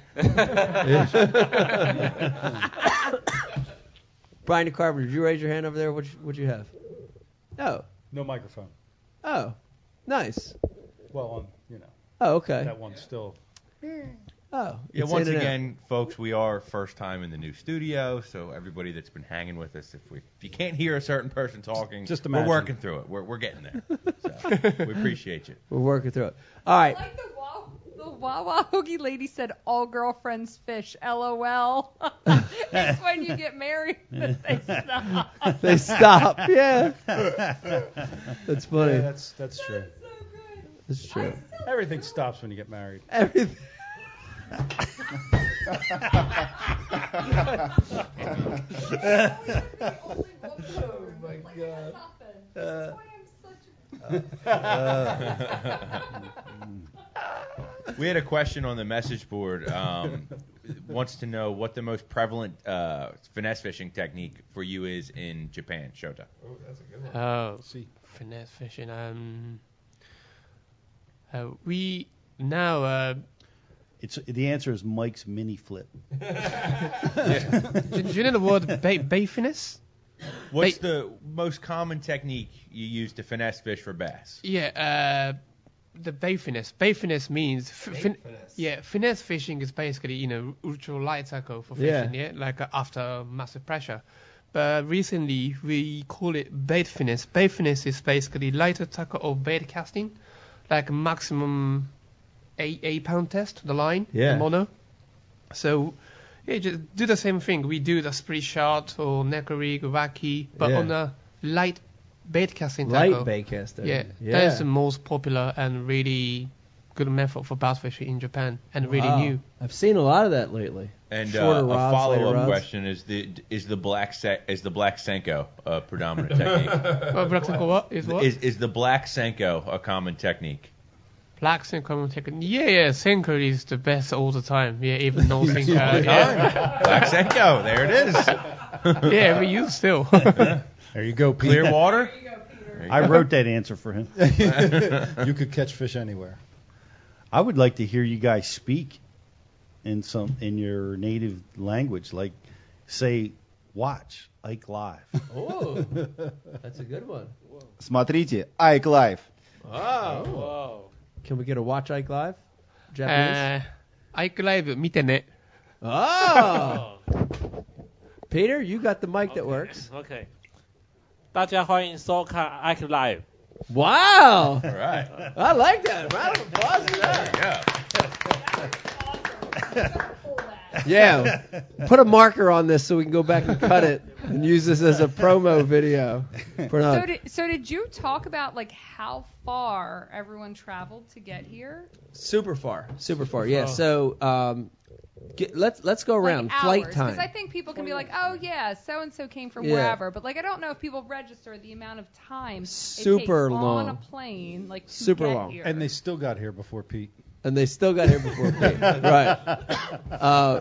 Speaker 1: Brian DeCarver, did you raise your hand over there? What you, what you have? Oh.
Speaker 3: No microphone.
Speaker 1: Oh. Nice.
Speaker 3: Well, on you know
Speaker 1: Oh, okay.
Speaker 3: that one's still.
Speaker 1: Oh.
Speaker 4: Yeah,
Speaker 1: it's
Speaker 4: once
Speaker 1: in and out.
Speaker 4: again, folks, we are first time in the new studio, so everybody that's been hanging with us, if we if you can't hear a certain person talking,
Speaker 3: Just
Speaker 4: we're
Speaker 3: imagine.
Speaker 4: working through it. We're we're getting there. So we appreciate you.
Speaker 1: We're working through it. All right.
Speaker 12: Like the wall, the Wawa Hoagie Lady said all girlfriends fish. LOL. it's when you get married that they stop.
Speaker 1: they stop. Yeah. That's funny.
Speaker 3: Yeah, that's that's true.
Speaker 1: That's true.
Speaker 3: Everything stops when you get married.
Speaker 1: Everything.
Speaker 3: oh my god.
Speaker 12: Uh,
Speaker 1: Uh.
Speaker 4: we had a question on the message board. Um, wants to know what the most prevalent uh, finesse fishing technique for you is in Japan, Shota.
Speaker 3: Oh, that's a good one.
Speaker 6: Oh,
Speaker 3: see.
Speaker 6: finesse fishing. Um, uh, we now uh,
Speaker 2: It's the answer is Mike's mini flip.
Speaker 6: do, do you know the word bay, bay finesse?
Speaker 4: What's the most common technique you use to finesse fish for bass?
Speaker 6: Yeah, uh, the bay finesse. Bay finesse means f- fin- yeah, finesse fishing is basically you know ultra light tackle for
Speaker 1: Yeah.
Speaker 6: fishing, yeah, like uh, after massive pressure. But recently we call it bait finesse. Bait finesse is basically lighter tackle or bait casting, like maximum eight eight pound test the line,
Speaker 1: Yeah.
Speaker 6: the mono. So yeah, just do the same thing. We do the split shot or neck rig, wacky, but
Speaker 1: Yeah.
Speaker 6: on a light bait casting tackle.
Speaker 1: Light bait casting.
Speaker 6: Yeah, that
Speaker 1: Yeah.
Speaker 6: is the most popular and really good method for bass fishing in Japan and really
Speaker 1: Wow.
Speaker 6: new.
Speaker 1: I've seen a lot of that lately.
Speaker 4: And uh,
Speaker 1: Shorter
Speaker 4: a
Speaker 1: rods, lighter
Speaker 4: follow-up
Speaker 1: rods.
Speaker 4: question is the is the black se- is the black senko a predominant technique?
Speaker 6: Well, black sinker what is what?
Speaker 4: Is is the black senko a common technique?
Speaker 6: black sinker technique. Yeah, yeah, sinker is the best all the time. Yeah, even no sinker.
Speaker 4: Good
Speaker 6: yeah.
Speaker 4: time. Black senko, there it is.
Speaker 6: yeah, we use still.
Speaker 3: There you go, Pete.
Speaker 4: Clear water.
Speaker 2: I wrote that answer for him.
Speaker 3: you could catch fish anywhere.
Speaker 2: I would like to hear you guys speak in some in your native language, like say, watch Ike live.
Speaker 15: Oh, that's a good one.
Speaker 5: Смотрите, Ike Live.
Speaker 15: Oh.
Speaker 7: Whoa.
Speaker 1: Can we get a watch Ike live? Japanese.
Speaker 6: uh, Ike Live, 見てね.
Speaker 1: oh.
Speaker 6: Uh,
Speaker 1: Peter, you got the mic that works.
Speaker 7: OK，大家欢迎收看 Ike Live。
Speaker 1: Wow.
Speaker 4: All right.
Speaker 1: I like that. Round of applause for that.
Speaker 4: Yeah.
Speaker 1: Yeah. Put a marker on this so we can go back and cut it and use this as a promo video. For
Speaker 12: So
Speaker 1: another-
Speaker 12: did, so did you talk about like how far everyone traveled to get here?
Speaker 1: super far. Super far. Yeah.
Speaker 6: far.
Speaker 1: So um, get, let's let's go around
Speaker 12: like
Speaker 1: flight
Speaker 12: hours,
Speaker 1: time.
Speaker 12: Because I think people can be like, oh yeah, so and so came from
Speaker 1: Yeah.
Speaker 12: wherever, but like I don't know if people register the amount of time it takes
Speaker 1: Super long.
Speaker 12: on a plane, like to
Speaker 1: Super
Speaker 12: get
Speaker 1: long.
Speaker 12: here.
Speaker 3: And they still got here before Pete.
Speaker 1: and they still got here before me. right. Uh,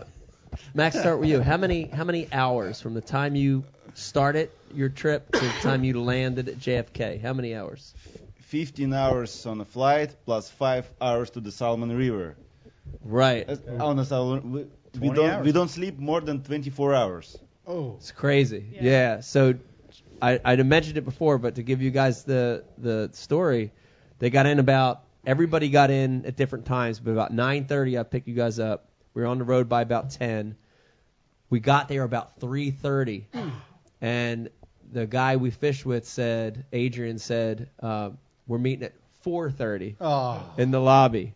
Speaker 1: Max, start with you. How many how many hours from the time you started your trip to the time you landed at JFK? How many hours?
Speaker 5: 15 hours on a flight plus 5 hours to the Salmon River.
Speaker 1: Right.
Speaker 5: Uh, On the Salmon, we, we
Speaker 3: 20
Speaker 5: don't we
Speaker 3: hours.
Speaker 5: don't sleep more than 24 hours.
Speaker 3: Oh.
Speaker 1: It's crazy. Yeah.
Speaker 12: Yeah.
Speaker 1: So I I'd mentioned it before, but to give you guys the the story, they got in about everybody got in at different times, but about 9:30 I picked you guys up. We were on the road by about 10. We got there about 3:30, and the guy we fished with said, Adrian said, uh, we're meeting at 4:30
Speaker 3: Oh.
Speaker 1: in the lobby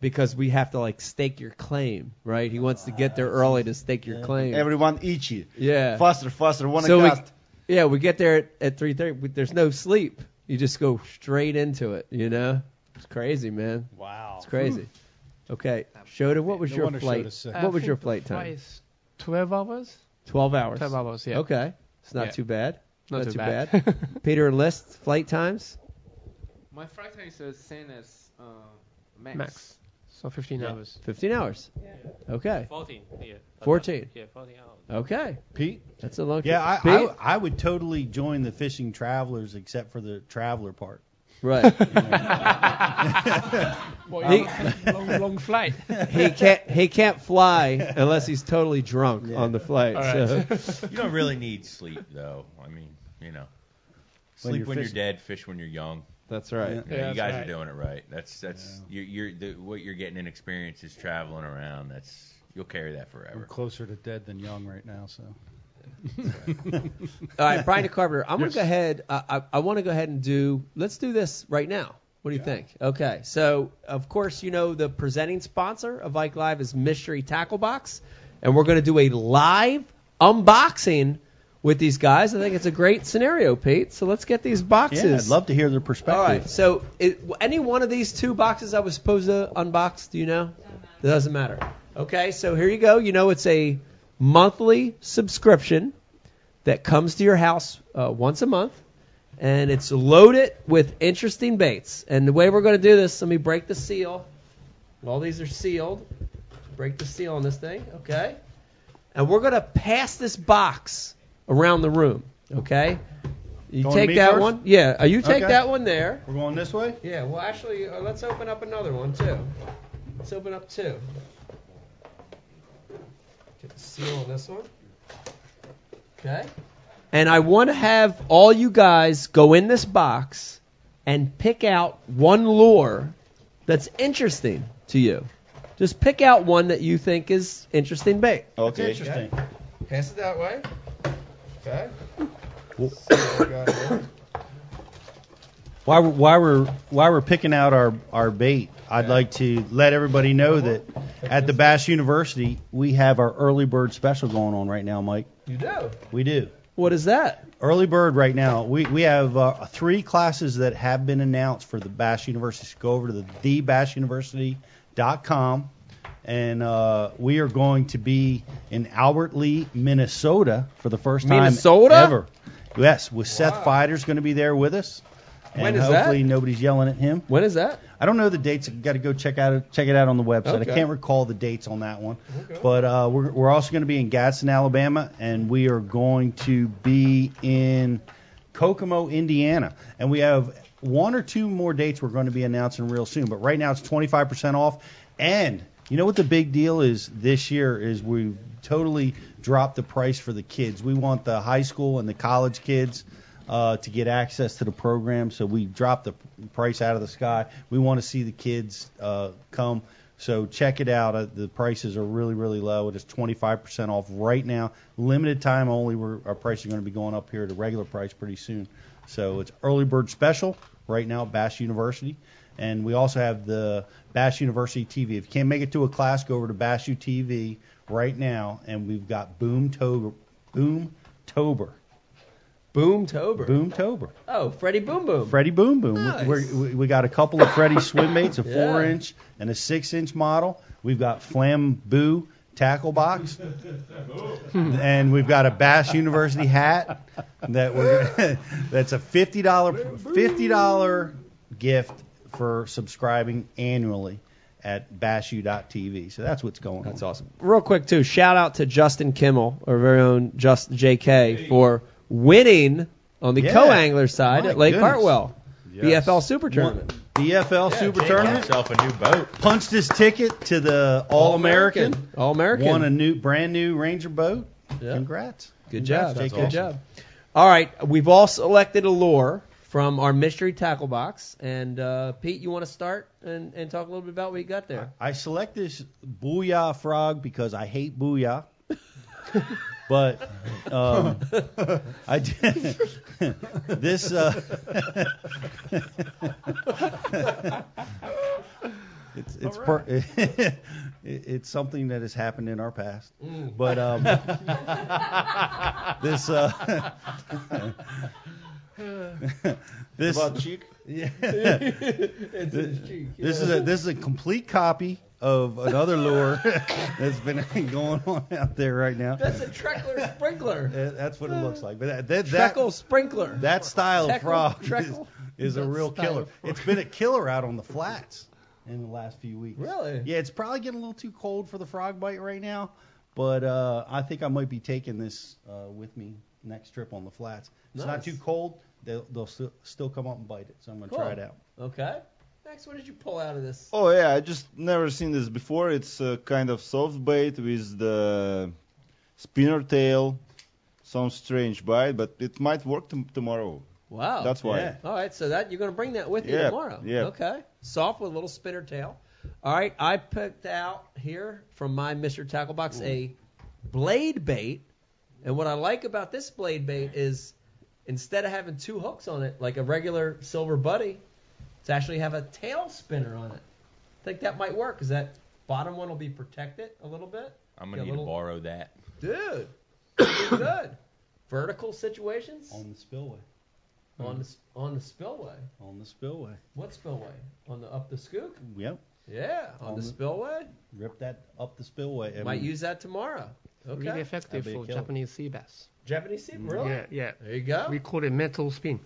Speaker 1: because we have to like stake your claim, right? He wants to get there early to stake your claim.
Speaker 5: Everyone itchy.
Speaker 1: yeah.
Speaker 5: Faster, faster, one
Speaker 1: So we-
Speaker 5: o'clock.
Speaker 1: Yeah, we get there at, at 3:30. We- There's no sleep. You just go straight into it. You know, it's crazy, man.
Speaker 3: Wow.
Speaker 1: It's crazy. Okay, Shoda, what was
Speaker 3: No
Speaker 1: your
Speaker 3: wonder
Speaker 1: flight?
Speaker 3: Shota's sick.
Speaker 1: What was your flight time?
Speaker 6: Twice, 12 hours?
Speaker 1: 12 hours.
Speaker 6: 12 hours, yeah.
Speaker 1: Okay, it's not
Speaker 6: Yeah.
Speaker 1: too bad.
Speaker 6: Not,
Speaker 1: Not
Speaker 6: too,
Speaker 1: too
Speaker 6: bad.
Speaker 1: Peter, list flight times.
Speaker 16: My flight time is the same as uh, Max.
Speaker 6: Max. so 15 hours.
Speaker 1: 15 hours. Okay.
Speaker 7: 14 yeah.
Speaker 1: 14.
Speaker 7: Yeah, 14 hours.
Speaker 1: Okay,
Speaker 3: Pete?
Speaker 1: that's a long.
Speaker 2: Yeah, I,
Speaker 1: Pete?
Speaker 3: Uh,
Speaker 2: I I would totally join the fishing travelers except for the traveler part.
Speaker 1: right.
Speaker 6: long, long flight.
Speaker 1: he can't. He can't fly unless he's totally drunk on the flight.
Speaker 6: All right.
Speaker 1: so-
Speaker 4: You don't really need sleep though. I mean, you know,
Speaker 2: When
Speaker 4: sleep
Speaker 2: you're
Speaker 4: when you're,
Speaker 2: fishing.
Speaker 4: dead, fish when you're young.
Speaker 1: that's right.
Speaker 2: Yeah.
Speaker 4: You, know,
Speaker 6: Yeah,
Speaker 4: you
Speaker 6: that's
Speaker 4: guys
Speaker 6: right.
Speaker 4: are doing it right. That's that's you're, you're the, what you're getting in experience is traveling around. That's you'll carry that
Speaker 3: I'm
Speaker 4: forever.
Speaker 3: closer to dead than young right now, so.
Speaker 1: All right, Brian DeCarpenter, I'm going to go ahead. I, I, I want to go ahead and do. Let's do this right now. What do you think? Okay, so of course you know the presenting sponsor of Ike Live is Mystery Tackle Box, and we're going to do a live unboxing with these guys. I think it's a great scenario, Pete. So let's get these boxes.
Speaker 3: Yeah, I'd love to hear their perspective.
Speaker 1: All right. So, it, any one of these two boxes I was supposed to unbox, do you know? It doesn't matter. Okay. So here you go. You know, it's a monthly subscription that comes to your house uh, once a month, and it's loaded with interesting baits. And the way we're going to do this, let me break the seal. All these are sealed. Break the seal on this thing. Okay. And we're going to pass this box around the room. Okay. You
Speaker 17: Going to
Speaker 1: take
Speaker 17: me
Speaker 1: that
Speaker 17: first?
Speaker 1: one. Yeah, uh, you take
Speaker 17: Okay.
Speaker 1: that one there.
Speaker 17: We're going this way?
Speaker 1: Yeah, well, actually, uh, let's open up another one, too. Let's open up two. Get the seal on this one. Okay. And I want to have all you guys go in this box and pick out one lure that's interesting to you. Just pick out one that you think is interesting bait.
Speaker 5: Okay.
Speaker 17: Interesting.
Speaker 1: Pass it that way. Okay.
Speaker 3: While we're, while we're while we're picking out our our bait, I'd like to let everybody know that at the Bass University we have our early bird special going on right now, Mike.
Speaker 1: You do.
Speaker 3: We do.
Speaker 1: What is that?
Speaker 3: Early bird right now. We we have uh, three classes that have been announced for the Bass University. So go over to the thebassuniversity.com, and uh, we are going to be in Albert Lee, Minnesota, for the first time
Speaker 1: Minnesota?
Speaker 3: ever. Yes, with Seth Fider's going to be there with us. And
Speaker 1: When is that?
Speaker 3: hopefully nobody's yelling at him.
Speaker 1: When is that?
Speaker 3: I don't know the dates. You got to go check out check it out on the website.
Speaker 1: Okay.
Speaker 3: I can't recall the dates on that one. But uh, we're we're also going to be in Gadsden, Alabama, and we are going to be in Kokomo, Indiana, and we have one or two more dates we're going to be announcing real soon. But right now it's 25% off, and you know what the big deal is this year is we totally dropped the price for the kids. We want the high school and the college kids uh, to get access to the program. So we dropped the price out of the sky. We want to see the kids uh, come. So check it out. Uh, the prices are really, really low. It is 25% off right now. Limited time only. We're, our price is going to be going up here to regular price pretty soon. So it's early bird special right now, Bass University. And we also have the Bass University TV. If you can't make it to a class, go over to Bass U TV right now. And we've got Boom Tober. Boom Tober.
Speaker 1: Boomtober.
Speaker 3: Boom Tober.
Speaker 1: Oh, Freddie Boom Boom.
Speaker 3: Freddie Boom Boom. We-
Speaker 1: Nice.
Speaker 3: we're- We, we got a couple of Freddie swim baits, a
Speaker 1: Yeah.
Speaker 3: four inch and a six inch model. We've got Flamboo tackle box, and we've got a Bass University hat that we're that's a fifty dollar fifty dollar gift for subscribing annually at bashu.tv. So that's what's going on.
Speaker 1: That's awesome. Real quick too, shout out to Justin Kimmel, our very own Just JK, for winning on the
Speaker 3: Yeah.
Speaker 1: co-angler side
Speaker 3: My
Speaker 1: at Lake
Speaker 3: goodness.
Speaker 1: Hartwell
Speaker 17: Yes.
Speaker 1: BFL Super Tournament.
Speaker 3: BFL Super Tournament
Speaker 4: Yourself a new boat.
Speaker 3: punched his ticket to the All American.
Speaker 1: All American.
Speaker 3: Won a new, brand new Ranger boat. Congrats.
Speaker 1: Good job.
Speaker 3: Congrats,
Speaker 1: Good
Speaker 3: JK.
Speaker 1: job. All right, we've all selected a lure from our mystery tackle box, and uh, Pete, you want to start and, and talk a little bit about what you got there?
Speaker 3: I select this booyah frog because I hate booyah. but um, I did this. Uh, it's it's per- it- it's something that has happened in our past.
Speaker 1: Mm.
Speaker 3: But um, this uh, this
Speaker 5: cheek.
Speaker 3: yeah. This is a this is a complete copy of another lure that's been going on out there right now. Uh,
Speaker 1: That's a treckler sprinkler.
Speaker 3: That's what it looks like. But that that that,
Speaker 1: Treckle sprinkler.
Speaker 3: that style of
Speaker 1: Treckle,
Speaker 3: frog is,
Speaker 1: treckle.
Speaker 3: is a
Speaker 1: That
Speaker 3: real
Speaker 1: style
Speaker 3: killer.
Speaker 1: of frog.
Speaker 3: It's been a killer out on the flats in the last few weeks.
Speaker 1: Really?
Speaker 3: Yeah, it's probably getting a little too cold for the frog bite right now, but uh, I think I might be taking this uh, with me next trip on the flats. It's not
Speaker 1: Nice.
Speaker 3: too cold. They'll, they'll still, still come up and bite it, so I'm gonna try it
Speaker 1: Cool.
Speaker 3: out.
Speaker 1: Okay. Max, what did you pull out of this?
Speaker 5: Oh yeah, I just never seen this before. It's a kind of soft bait with the spinner tail. Some strange bite, but it might work tom tomorrow.
Speaker 1: Wow.
Speaker 5: That's why.
Speaker 3: yeah.
Speaker 1: All right, so that you're going to bring that with you
Speaker 5: Yeah,
Speaker 1: tomorrow.
Speaker 5: yeah.
Speaker 1: Okay. Soft with a little spinner tail. All right, I picked out here from my Mr. Tackle Box a blade bait, and what I like about this blade bait is instead of having two hooks on it like a regular silver buddy, to actually have a tail spinner on it. I think that might work. Is that bottom one will be protected a little bit?
Speaker 4: I'm
Speaker 1: Get
Speaker 4: gonna
Speaker 1: a
Speaker 4: need
Speaker 1: little-
Speaker 4: to borrow that.
Speaker 1: Dude, it'd be good. Vertical situations
Speaker 2: on the spillway.
Speaker 1: on the s- on the spillway.
Speaker 2: On the spillway.
Speaker 1: What spillway? On the up the skook?
Speaker 2: Yep.
Speaker 1: Yeah, on,
Speaker 2: On
Speaker 1: the,
Speaker 2: the-
Speaker 1: spillway.
Speaker 2: Rip that up the spillway. and-
Speaker 1: Might use that tomorrow. Okay.
Speaker 6: Really effective
Speaker 2: That'd be a
Speaker 6: for
Speaker 2: killer.
Speaker 6: Japanese sea bass.
Speaker 1: Japanese sea, really?
Speaker 6: Yeah, yeah.
Speaker 1: There you go.
Speaker 6: We call it metal spin.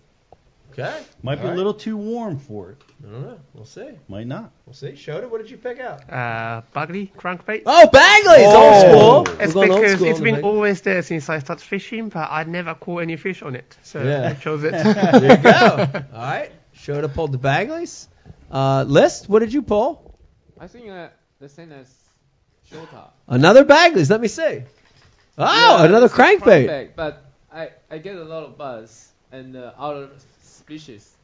Speaker 1: Okay.
Speaker 2: Might be
Speaker 1: All
Speaker 2: a
Speaker 1: right.
Speaker 2: little too warm for it.
Speaker 1: I don't know. We'll see.
Speaker 2: Might not.
Speaker 1: We'll see. Showed it. What did you pick out?
Speaker 6: Uh, Bagley crankbait.
Speaker 1: Oh, Bagley! It's old school.
Speaker 6: It's
Speaker 1: We're going old
Speaker 6: because
Speaker 1: school
Speaker 6: it's
Speaker 1: on
Speaker 6: been
Speaker 1: the thing.
Speaker 6: always there since I started fishing, but I never caught any fish on it, so
Speaker 1: Yeah.
Speaker 6: I chose it.
Speaker 1: there you go. All right. Showed up pulled the Bagleys. Uh, list. What did you pull?
Speaker 18: I think uh, the same as Shota.
Speaker 1: Another Bagleys. Let me see. Oh,
Speaker 18: Yeah,
Speaker 1: another
Speaker 18: it's a
Speaker 1: crankbait.
Speaker 18: But I, I get a lot of buzz and uh, other species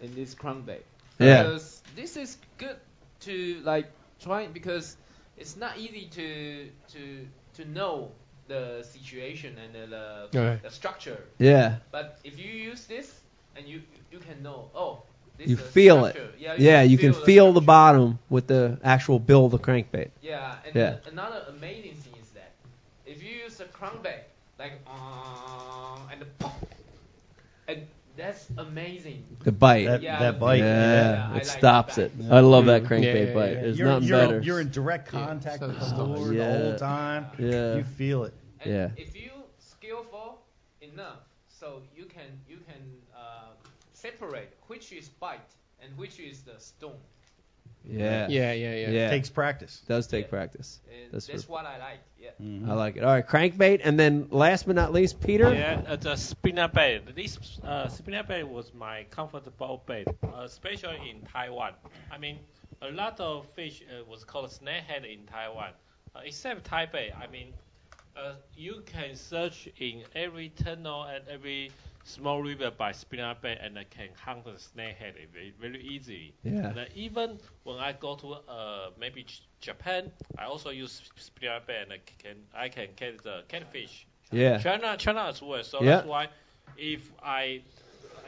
Speaker 18: in this crankbait.
Speaker 1: Yeah.
Speaker 18: Because this is good to like try because it's not easy to to to know the situation and the, the,
Speaker 6: Alright.
Speaker 18: the structure.
Speaker 1: Yeah.
Speaker 18: But if you use this and you you can know oh this
Speaker 1: You
Speaker 18: is a
Speaker 1: feel it.
Speaker 18: structure.
Speaker 1: Yeah, you can feel the bottom with the actual bill of the crankbait.
Speaker 18: Yeah, and
Speaker 1: Yeah.
Speaker 18: another amazing thing is that if you use a crankbait, like uh, and the pop, and that's amazing.
Speaker 1: The bite.
Speaker 2: That-
Speaker 18: Yeah,
Speaker 2: that bite.
Speaker 1: Yeah,
Speaker 2: Yeah,
Speaker 18: I
Speaker 1: it
Speaker 18: like
Speaker 1: stops
Speaker 18: that.
Speaker 1: it. I love that
Speaker 6: Mm.
Speaker 1: crankbait
Speaker 6: Yeah, yeah,
Speaker 1: bite.
Speaker 6: yeah.
Speaker 1: There's
Speaker 2: you're,
Speaker 1: nothing
Speaker 2: you're,
Speaker 1: better.
Speaker 2: You're in direct
Speaker 6: Yeah,
Speaker 2: contact
Speaker 6: so
Speaker 2: with
Speaker 6: it's
Speaker 2: the lure
Speaker 1: Yeah.
Speaker 2: the whole time.
Speaker 1: Yeah.
Speaker 2: You feel it.
Speaker 18: And
Speaker 1: Yeah.
Speaker 18: If you skillful enough, so you can you can uh, separate which is bite and which is the stone.
Speaker 1: yeah.
Speaker 6: yeah, yeah, yeah.
Speaker 1: Yeah.
Speaker 2: Takes practice.
Speaker 1: does take
Speaker 18: Yeah.
Speaker 1: practice.
Speaker 18: And
Speaker 1: That's
Speaker 18: that's,
Speaker 1: for-
Speaker 18: what I like. Yeah.
Speaker 1: I like it. All right, crankbait, and then last but not least, Peter.
Speaker 7: Yeah, uh, the spinner bait. This uh, spinner bait was my comfortable bait, uh, especially in Taiwan. I mean, a lot of fish uh, was called snakehead in Taiwan, uh, except Taipei. I mean, uh, you can search in every tunnel and every small river by spinner bait and uh, can hunt the snakehead very, very easily.
Speaker 1: Yeah.
Speaker 7: And, uh, even when I go to uh, maybe J- Japan, I also use spinner bait and I can I can catch the catfish.
Speaker 1: Yeah.
Speaker 7: China, China as well. So
Speaker 1: Yeah.
Speaker 7: that's why if I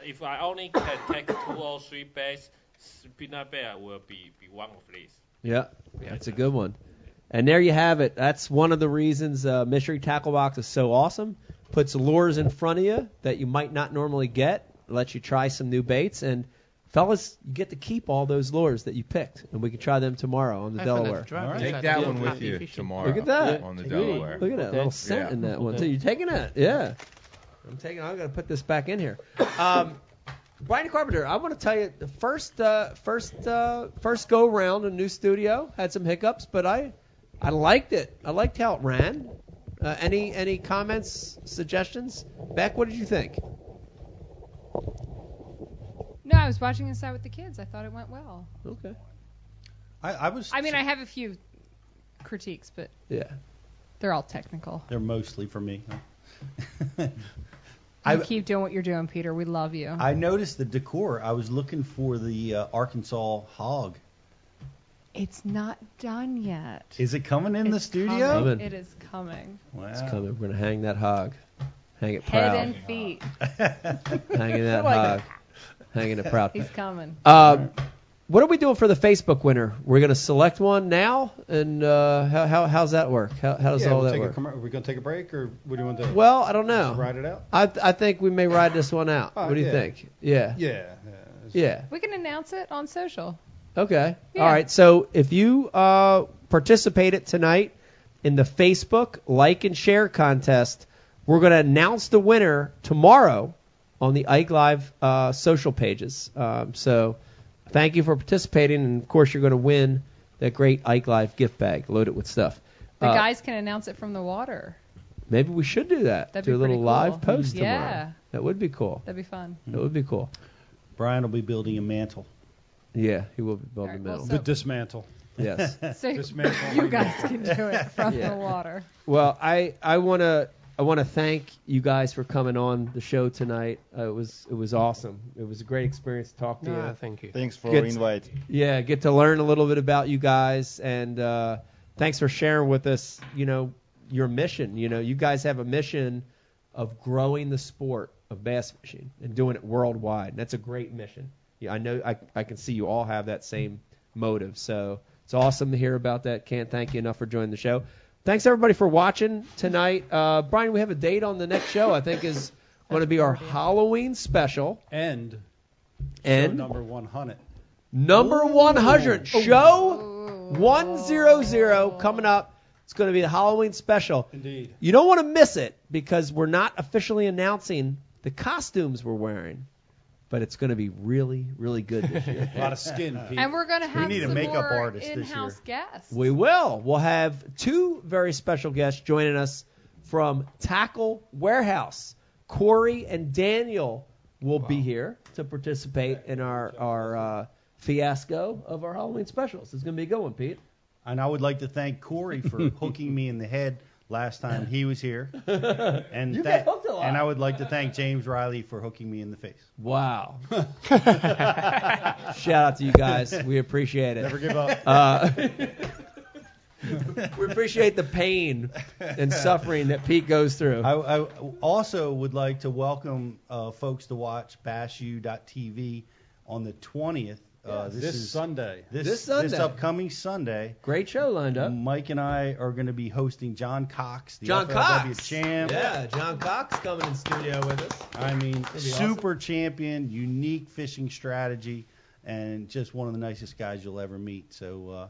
Speaker 7: if I only can take two or three bags, spinner bear will be, be one of these.
Speaker 1: Yeah. That's a good one. And there you have it. That's one of the reasons uh, Mystery Tackle Box is so awesome. Puts lures in front of you that you might not normally get, lets you try some new baits, and fellas, you get to keep all those lures that you picked, and we can try them tomorrow on the
Speaker 6: That's
Speaker 1: Delaware.
Speaker 6: enough drive.
Speaker 2: All right.
Speaker 6: It's
Speaker 4: Take
Speaker 6: like
Speaker 4: that
Speaker 6: real
Speaker 4: one with
Speaker 6: happy
Speaker 4: you
Speaker 6: fishing.
Speaker 4: tomorrow.
Speaker 1: Look at that.
Speaker 4: on the
Speaker 6: Really?
Speaker 4: Delaware.
Speaker 1: Look at that little scent
Speaker 4: Yeah.
Speaker 1: in that one too. You're taking that, yeah. I'm taking. I'm gonna put this back in here. Um, Brian Carpenter, I want to tell you the first, uh, first, uh, first go round in new studio had some hiccups, but I, I liked it. I liked how it ran. Uh, any any comments, suggestions? Beck, what did you think?
Speaker 12: No, I was watching inside with the kids. I thought it went well.
Speaker 1: Okay.
Speaker 2: I, I was.
Speaker 12: I mean, I have a few critiques, but
Speaker 1: Yeah.
Speaker 12: they're all technical.
Speaker 2: They're mostly for me.
Speaker 12: You
Speaker 2: I-
Speaker 12: keep doing what you're doing, Peter. We love you.
Speaker 2: I noticed the decor. I was looking for the uh, Arkansas hog.
Speaker 12: it's not done yet.
Speaker 2: Is it coming in the
Speaker 12: It's
Speaker 2: studio?
Speaker 12: coming.
Speaker 1: Coming.
Speaker 12: It is coming.
Speaker 2: Wow.
Speaker 3: Uh,
Speaker 1: It's coming. We're gonna hang that hog. Hang it
Speaker 12: Head
Speaker 1: proud.
Speaker 12: and feet.
Speaker 1: Hanging that hog. Hanging it proud.
Speaker 12: He's coming.
Speaker 1: Um, what are we doing for the Facebook winner? We're going to select one now, and uh, how, how how's that work? How, how does
Speaker 3: yeah,
Speaker 1: all
Speaker 3: we'll
Speaker 1: that
Speaker 3: take
Speaker 1: work?
Speaker 3: A commer- are we gonna take a break or what do you want to do?
Speaker 1: well, I don't
Speaker 3: Just
Speaker 1: know.
Speaker 3: ride it out.
Speaker 1: I I think we may ride this one out.
Speaker 3: Oh,
Speaker 1: what do you
Speaker 3: yeah.
Speaker 1: think? Yeah.
Speaker 3: Yeah. Yeah.
Speaker 1: Yeah.
Speaker 12: We can announce it on social.
Speaker 1: Okay.
Speaker 12: Yeah.
Speaker 1: All right. So if you uh, participated tonight in the Facebook like and share contest, we're going to announce the winner tomorrow on the Ike Live uh, social pages. Um, so thank you for participating, and of course you're going to win that great Ike Live gift bag loaded with stuff.
Speaker 12: The
Speaker 1: Uh,
Speaker 12: guys can announce it from the water.
Speaker 1: maybe we should do that.
Speaker 12: That'd
Speaker 1: do
Speaker 12: be
Speaker 1: a little
Speaker 12: pretty
Speaker 1: live
Speaker 12: cool.
Speaker 1: post tomorrow.
Speaker 12: Yeah.
Speaker 1: That would be cool.
Speaker 12: That'd be fun.
Speaker 1: That would be cool.
Speaker 2: Brian will be building a mantle.
Speaker 1: Yeah, he will be
Speaker 12: All
Speaker 1: building
Speaker 12: right,
Speaker 1: a
Speaker 12: well,
Speaker 1: medal.
Speaker 3: The dismantle.
Speaker 1: yes.
Speaker 12: So
Speaker 3: Dismantle.
Speaker 12: you guys can do it from
Speaker 1: Yeah.
Speaker 12: the water.
Speaker 1: Well, I I want to I want to thank you guys for coming on the show tonight. Uh, it was it was awesome. It was a great experience to talk to
Speaker 6: Nah,
Speaker 1: you.
Speaker 6: thank you.
Speaker 5: Thanks for
Speaker 1: Good.
Speaker 5: invite.
Speaker 1: Yeah, get to learn a little bit about you guys, and uh, thanks for sharing with us. You know your mission. You know you guys have a mission of growing the sport of bass fishing and doing it worldwide. And that's a great mission. You Yeah, I know. I I can see you all have that same motive. So it's awesome to hear about that. Can't thank you enough for joining the show. Thanks everybody for watching tonight. Uh, Brian, we have a date on the next show. I think is going to be our Halloween special.
Speaker 3: And
Speaker 1: And
Speaker 3: number 100.
Speaker 1: Number 100 show 100 coming up. It's going to be the Halloween special.
Speaker 3: Indeed.
Speaker 1: You don't want to miss it because we're not officially announcing the costumes we're wearing, but it's going to be really, really good this year.
Speaker 3: A lot of skin, Pete.
Speaker 12: And we're gonna have
Speaker 3: need a
Speaker 12: some
Speaker 3: makeup
Speaker 12: more
Speaker 3: artist this
Speaker 12: in-house guests.
Speaker 1: We will. We'll have two very special guests joining us from Tackle Warehouse. Corey and Daniel will be here to participate in our our uh, fiasco of our Halloween specials. It's going to be a good one, Pete.
Speaker 2: And I would like to thank Corey for hooking me in the head last time he was here. And
Speaker 1: You get
Speaker 2: that,
Speaker 1: hooked a lot.
Speaker 2: and I would like to thank James Riley for hooking me in the face.
Speaker 1: Wow. Shout out to you guys. We appreciate it.
Speaker 3: Never give up.
Speaker 1: Uh, we appreciate the pain and suffering that Pete goes through.
Speaker 2: I, I also would like to welcome uh, folks to watch bashu.tv on the 20th. Uh,
Speaker 3: this
Speaker 2: this, is
Speaker 3: Sunday.
Speaker 2: This,
Speaker 1: This Sunday.
Speaker 2: upcoming Sunday.
Speaker 1: Great show lined up.
Speaker 2: Mike and I are going to be hosting John Cox, the
Speaker 1: Mm, John
Speaker 2: FLW
Speaker 1: Cox.
Speaker 2: champ.
Speaker 1: Yeah, John Cox coming in studio with us.
Speaker 2: I mean,
Speaker 1: be
Speaker 2: super champion, unique fishing strategy, and just one of the nicest guys you'll ever meet. So uh,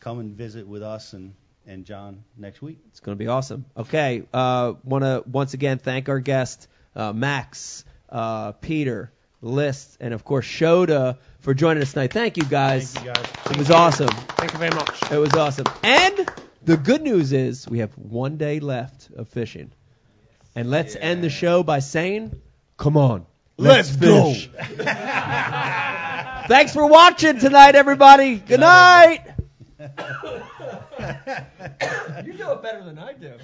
Speaker 2: come and visit with us and, and John next week.
Speaker 1: It's going to be awesome. Okay, uh, want to once again thank our guest uh, Max, uh, Peter, List, and of course Shoda for joining us tonight. Thank you guys.
Speaker 2: Thank you guys.
Speaker 1: It was awesome.
Speaker 6: Thank you very much.
Speaker 1: It was awesome. And the good news is we have one day left of fishing. And let's end the show by saying, come on, let's, fish. Thanks for watching tonight, everybody. Good night.
Speaker 19: You do it better than I do.